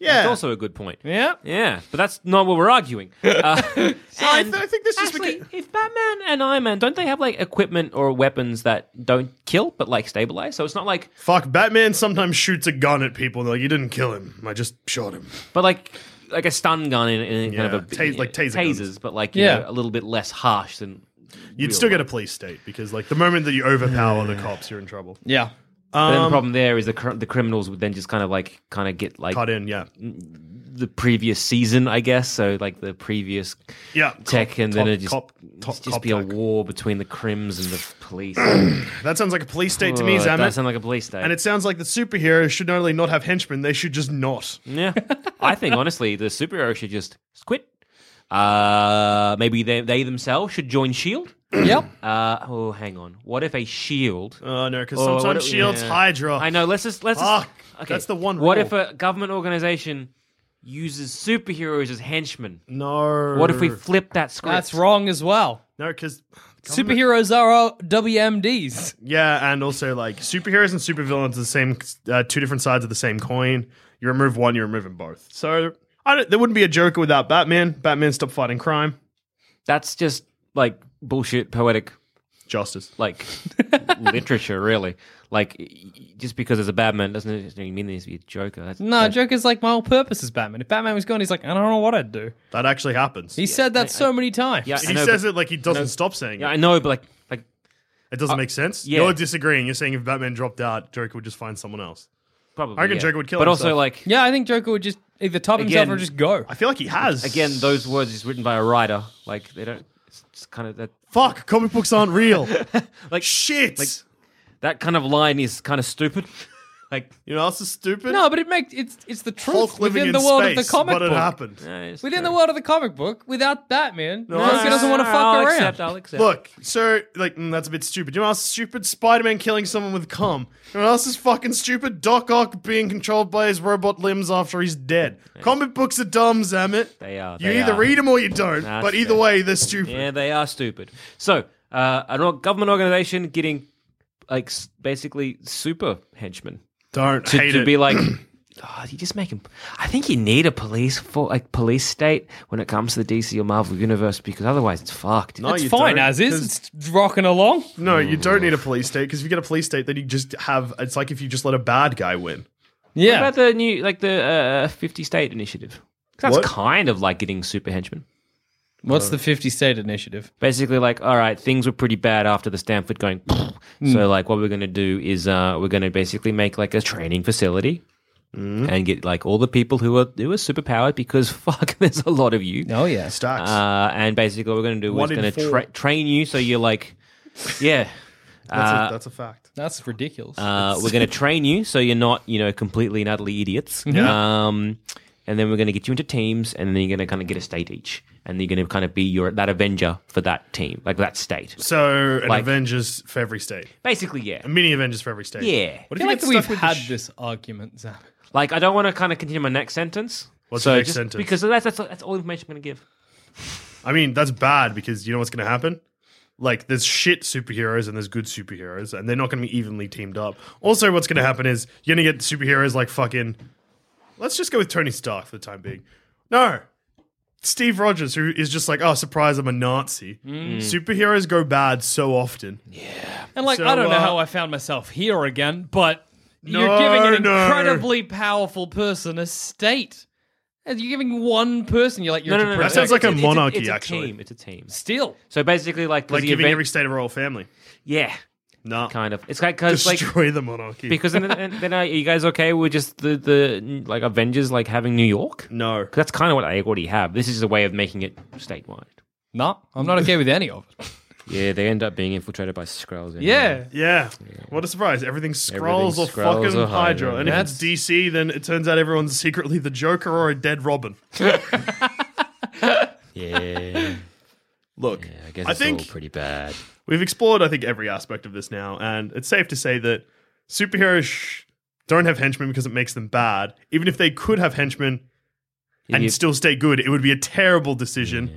D: yeah.
C: That's also a good point.
E: Yeah.
C: Yeah, but that's not what we're arguing. Uh,
D: I,
C: and
D: th- I think this just
C: actually,
D: beca-
C: if Batman and Iron Man don't they have like equipment or weapons that don't kill but like stabilize? So it's not like,
D: Fuck, Batman sometimes shoots a gun at people and they're like, you didn't kill him. I just shot him.
C: but like like a stun gun in, in kind
D: Yeah,
C: of a
D: tas- like taser
C: tasers,
D: guns.
C: but like you
E: Yeah.
C: know, a little bit less harsh than
D: You'd still get a police state because, like, the moment that you overpower the cops, you're in trouble.
E: Yeah.
C: But
D: Um,
C: then the problem there is the cr- the criminals would then just kind of like kind of get like
D: Cut in, yeah.
C: Mm. the previous season, I guess. So like the previous
D: Yeah.
C: tech,
D: cop-
C: and then
D: top-
C: it just
D: cop- top-
C: just
D: cop
C: be a
D: tech.
C: war between the crims and the police.
D: That sounds like a police state to
C: Oh,
D: me,
C: that does
D: Zamet.
C: sound like a police state.
D: And it sounds like the superheroes should not only not have henchmen, they should just not.
C: Yeah, I think honestly, the superhero should just quit. Uh, maybe they, they themselves should join Shield.
E: yep.
C: E Uh, oh, hang on. What if a Shield?
D: Oh no, because
C: Oh,
D: sometimes
C: what if-
D: shields
C: yeah.
D: Hydra.
C: E I know. Let's just let's. just-
D: Fuck, that's the one
C: What
D: rule.
C: if a government organization uses superheroes as henchmen?
D: No.
C: What if we flip that script?
E: That's wrong as well.
D: No, because
E: Superheroes are all WMDs.
D: yeah, and also like superheroes and supervillains are the same, uh, two different sides of the same coin. You remove one, you're removing both. So I don't, there wouldn't be a Joker without Batman. Batman stopped fighting crime.
C: That's just like bullshit poetic
D: Justice.
C: like literature, really. Like y- y- just because there's a Batman doesn't necessarily mean there needs to be a Joker. That's,
E: No, Joker's like my whole purpose is Batman. If Batman was gone, he's like, I don't know what I'd do.
D: That actually happens.
E: He said that so many times.
C: Yeah, I
D: he
C: know,
D: says
C: but-
D: it like he doesn't stop saying
C: Yeah,
D: it.
C: I know, but like like
D: It doesn't make sense.
C: yeah.
D: You're disagreeing. You're saying if Batman dropped out, Joker would just find someone else.
C: probably.
D: I reckon
C: yeah.
D: Joker would kill
C: But also
D: himself.
C: like
E: Yeah, I think Joker would just Either top himself
C: Again-
E: or just go.
D: I feel like he has.
C: Again, those words is written by a writer. Like they don't. It's, it's kind of that.
D: Fuck, comic books aren't real.
C: Like
D: Shit.
C: that kind of line is kind of stupid. like
D: you know, that's is stupid.
E: No, but it makes it's it's the truth
D: Hulk living
E: within
D: in
E: the world
D: space,
E: of the comic
D: but
E: book.
D: it happened.
E: Within the world of the comic book, without Batman, no,
D: I-
E: Joker doesn't want to fuck
C: I'll
E: around.
C: Accept, I'll accept.
D: Look, sir, like mm, that's a bit stupid. You know what else is stupid? Spider-Man killing someone with cum. You know what else is fucking stupid? Doc Ock being controlled by his robot limbs after he's dead. Comic books are dumb, Zammit.
C: They are,
D: You
C: they
D: either
C: are.
D: read them or you don't.
C: That's
D: but either
C: fair.
D: way, they're stupid.
C: Yeah, they are stupid. So, uh, a government organization getting like s- basically super henchmen
D: Don't
C: to,
D: hate
C: to
D: it.
C: be like. Oh, you just make him. I think you need a police for like police state when it comes to the DC or Marvel universe because otherwise it's fucked.
D: No,
E: It's
D: you
E: fine
D: don't,
E: as is. It's rocking along.
D: no, you don't need a police state because if you get a police state, then you just have. It's like if you just let a bad guy win.
C: What
E: Yeah,
C: about the new like the uh, fifty state initiative? 'Cause That's
D: What?
C: kind of like getting super henchmen.
E: what's the fifty state initiative?
C: Basically, like, all right, things were pretty bad after the Stanford going.
D: Hmm.
C: So, like, what we're going to do is uh, we're going to basically make like a training facility
D: Hmm.
C: and get like all the people who are who are superpowered because fuck, there's a lot of you.
E: Oh yeah,
D: Stacks.
C: Uh, and basically, what we're going to do
D: One
C: is
D: in
C: going to
D: four.
C: tra- train you so you're like, yeah.
D: that's,
C: uh,
D: a, that's a fact.
E: that's ridiculous.
C: Uh, we're going to train you so you're not, you know, completely and utterly idiots. Um, and then we're going to get you into teams, and then you're going to kind of get a state each, and you're going to kind of be your that Avenger for that team, like that state.
D: So an
C: Like-
D: Avengers for every state,
C: Basically, yeah,
D: a mini Avengers for every state.
C: yeah.
E: I
D: What if
E: feel
D: you
E: like
D: get
E: we've
D: stuck with
E: had
D: the sh-
E: this argument, Zach.
C: Like I don't want to kind of continue my next sentence.
D: What's
C: so
D: your next
C: just-
D: sentence?
C: Because that's, that's that's all information I'm going to give.
D: I mean, that's bad because you know what's going to happen? Like, there's shit superheroes and there's good superheroes, and they're not going to be evenly teamed up. Also, what's going to happen is you're going to get superheroes like fucking. Let's just go with Tony Stark for the time being. No. Steve Rogers, who is just like, oh, surprise, I'm a Nazi.
E: Mm.
D: Superheroes go bad so often.
E: And like,
D: So,
E: I don't know
D: uh,
E: how I found myself here again, but you're
D: No,
E: giving an
D: no.
E: incredibly powerful person a state. And You're giving one person. You're like, you're to
D: no,
E: protect
D: sounds like a
C: It's- it's
D: monarchy,
C: It's a
D: actually.
C: team. It's a team.
E: still.
C: So basically, like, does
D: Like
C: the
D: giving
C: event-
D: every state a royal family.
C: yeah,
D: No.
C: kind of. It's like because like
D: Destroy the monarchy.
C: because then, then, then are you guys okay with just the the like Avengers like having New York?
D: no.
C: 'Cause that's kind of what I already have. This is a way of making it statewide.
E: No, I'm not okay with any of it.
C: Yeah, they end up being infiltrated by Skrulls. anyway.
E: Yeah.
D: Yeah. What a surprise. Everything scrolls or
C: Skrulls
D: fucking
C: or
D: Hydra.
C: Hydra.
D: And if it's DC, then it turns out everyone's secretly the Joker or a dead Robin.
C: yeah.
D: Look,
C: I guess
D: I
C: it's
D: think-
C: all pretty bad.
D: we've explored, I think, every aspect of this now, and it's safe to say that superheroes sh- don't have henchmen because it makes them bad. Even if they could have henchmen and
C: you-
D: still stay good, it would be a terrible decision.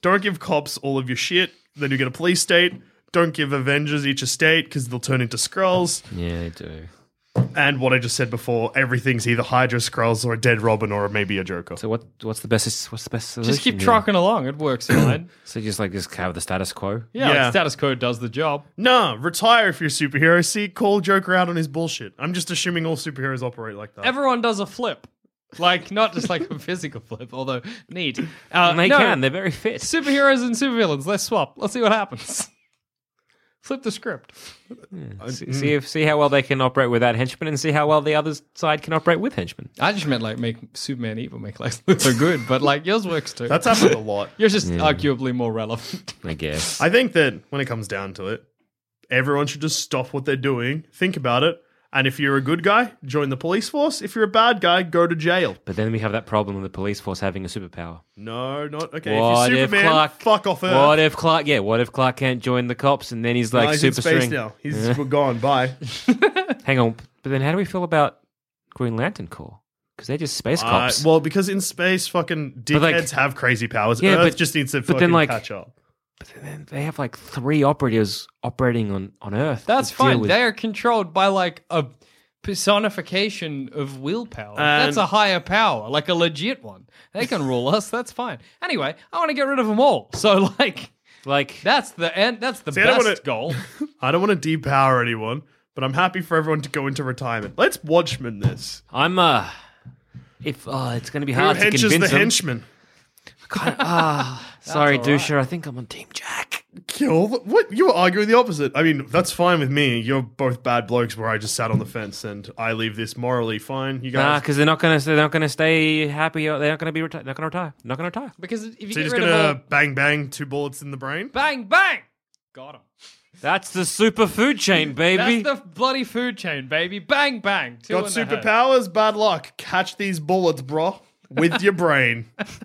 D: Don't give cops all of your shit, then you get a police state. Don't give Avengers each a state because they'll turn into Skrulls.
C: Yeah, they do.
D: And what I just said before, everything's either Hydra Skrulls or a dead Robin or maybe a Joker.
C: So what? What's the best? What's the best solution?
E: Just keep
C: here?
E: trucking along. It works fine.
C: So just like just have the status quo.
E: Yeah, like
D: Yeah.
E: status quo does the job.
D: Nah, retire if you're a superhero. See, call Joker out on his bullshit. I'm just assuming all superheroes operate like that.
E: Everyone does a flip. Like, not just like a physical flip, although neat. Uh,
C: And they
E: no,
C: can. They're very fit.
E: Superheroes and supervillains, let's swap. Let's see what happens. flip the script.
C: see, see if see how well they can operate without henchmen, and see how well the other side can operate with henchmen.
E: I just meant like make Superman evil, make Lex Luthor good, but like yours works too.
D: That's happened a lot.
E: Yours just arguably more relevant.
C: I guess.
D: I think that when it comes down to it, everyone should just stop what they're doing, think about it, and if you're a good guy, join the police force. If you're a bad guy, go to jail.
C: But then we have that problem of the police force having a superpower.
D: No, not okay.
C: what
D: if you're Superman,
C: if Clark?
D: fuck off Earth.
C: What if Clark? Yeah, what if Clark can't join the cops and then he's
D: No,
C: like
D: he's in
C: super
D: space
C: string?
D: now. He's we're gone. Bye.
C: Hang on, but then how do we feel about Green Lantern Corps? Because they're just space
D: Uh,
C: cops.
D: well, because in space, fucking dickheads
C: like-
D: have crazy powers.
C: Yeah,
D: Earth
C: but-
D: just needs to
C: but
D: fucking
C: then, like-
D: catch up.
C: but then they have like three operatives operating on on Earth.
E: That's
C: to deal
E: fine.
C: with-
E: They are controlled by like a personification of willpower. that's
D: And-
E: a higher power, like a legit one. They can rule us. That's fine. Anyway, I want to get rid of them all. So like,
C: like
E: that's the end. That's the
D: I don't wanna-
E: best goal.
D: I don't want to depower anyone, but I'm happy for everyone to go into retirement. Let's Watchmen this.
C: I'm uh, if uh, it's gonna be
D: Who
C: hard to
D: henches
C: convince ah,
D: the
C: them.
D: henchman?
C: Sorry, Dusha, I think I'm on Team Jack.
D: Kill the, what? You were arguing the opposite. I mean, that's fine with me. You're both bad blokes. Where I just sat on the fence, and I leave this morally fine. You
C: Nah,
D: guys,
C: because they're not gonna they're not gonna stay happy. uh, They're not gonna be reti- not gonna retire. Not gonna retire.
E: Because if you
D: so
E: get
D: you're just
E: rid
D: gonna
E: of all,
D: bang bang two bullets in the brain.
E: bang bang, got him.
C: That's the super food chain, baby.
E: That's the bloody food chain, baby. Bang bang. Two
D: Got
E: in the head.
D: superpowers. Bad luck. Catch these bullets, bro, with your brain.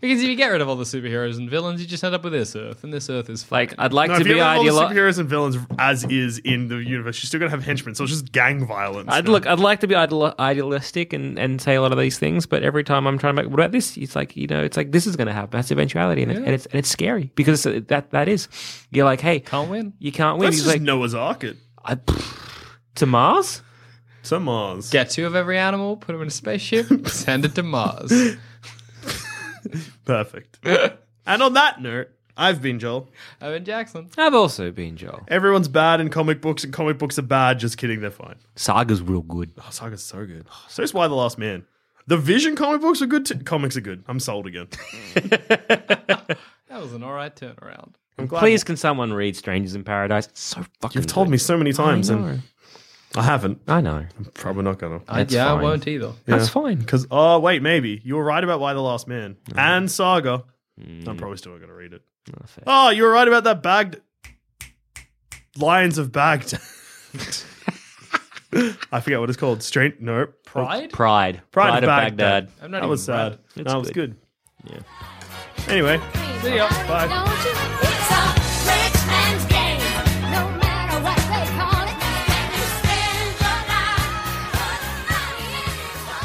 E: Because if you get rid of all the superheroes and villains, you just end up with this Earth, and this Earth is
C: like I'd like
D: No,
C: to
D: if you
C: be
D: have all the
C: idealistic.
D: superheroes and villains as is in the universe, you're still gonna have henchmen. So it's just gang violence.
C: I'd
D: now.
C: look. I'd like to be ideal- idealistic and, and say a lot of these things, but every time I'm trying to make what about this, it's like you know, it's like this is going to happen. That's eventuality, and, it, and it's and it's scary because it's, that that is. You're like, hey,
E: can't win.
C: you can't win.
D: That's
C: He's
D: just
C: like
D: Noah's Ark. It
C: I, to Mars.
D: to Mars.
E: Get two of every animal, put them in a spaceship, send it to Mars.
D: Perfect. and on that note, I've been Joel.
E: Owen Jackson.
C: I've also been Joel.
D: Everyone's bad in comic books, and comic books are bad. Just kidding, they're fine.
C: Saga's real good.
D: Oh, Saga's so good. So is Why the Last Man. The Vision comic books are good. Too. Comics are good. I'm sold again.
E: That was an alright turnaround.
D: I'm glad.
C: Please, can someone read Strangers in Paradise? It's so fucking.
D: you've told me so many times,
C: I know.
D: and I haven't.
C: I know.
D: I'm probably not gonna.
E: I,
C: That's
E: yeah,
C: fine.
E: I won't either.
C: That's fine.
D: Because oh wait, maybe you were right about Why the Last Man and Saga. I'm probably still not gonna read it. Mm. Oh, you were right about that Baghdad. Lions of Baghdad. I forget what it's called. Straight. No.
E: Pride?
C: Pride. Pride, of
D: of
C: Baghdad.
D: Baghdad.
E: I'm not
D: that was
E: even
D: sad.
C: It's
D: that was good.
C: good.
D: Yeah. Anyway,
E: See ya.
D: Bye.
G: Don't you? It's a rich man's game. No matter what they call it, and you spend your life.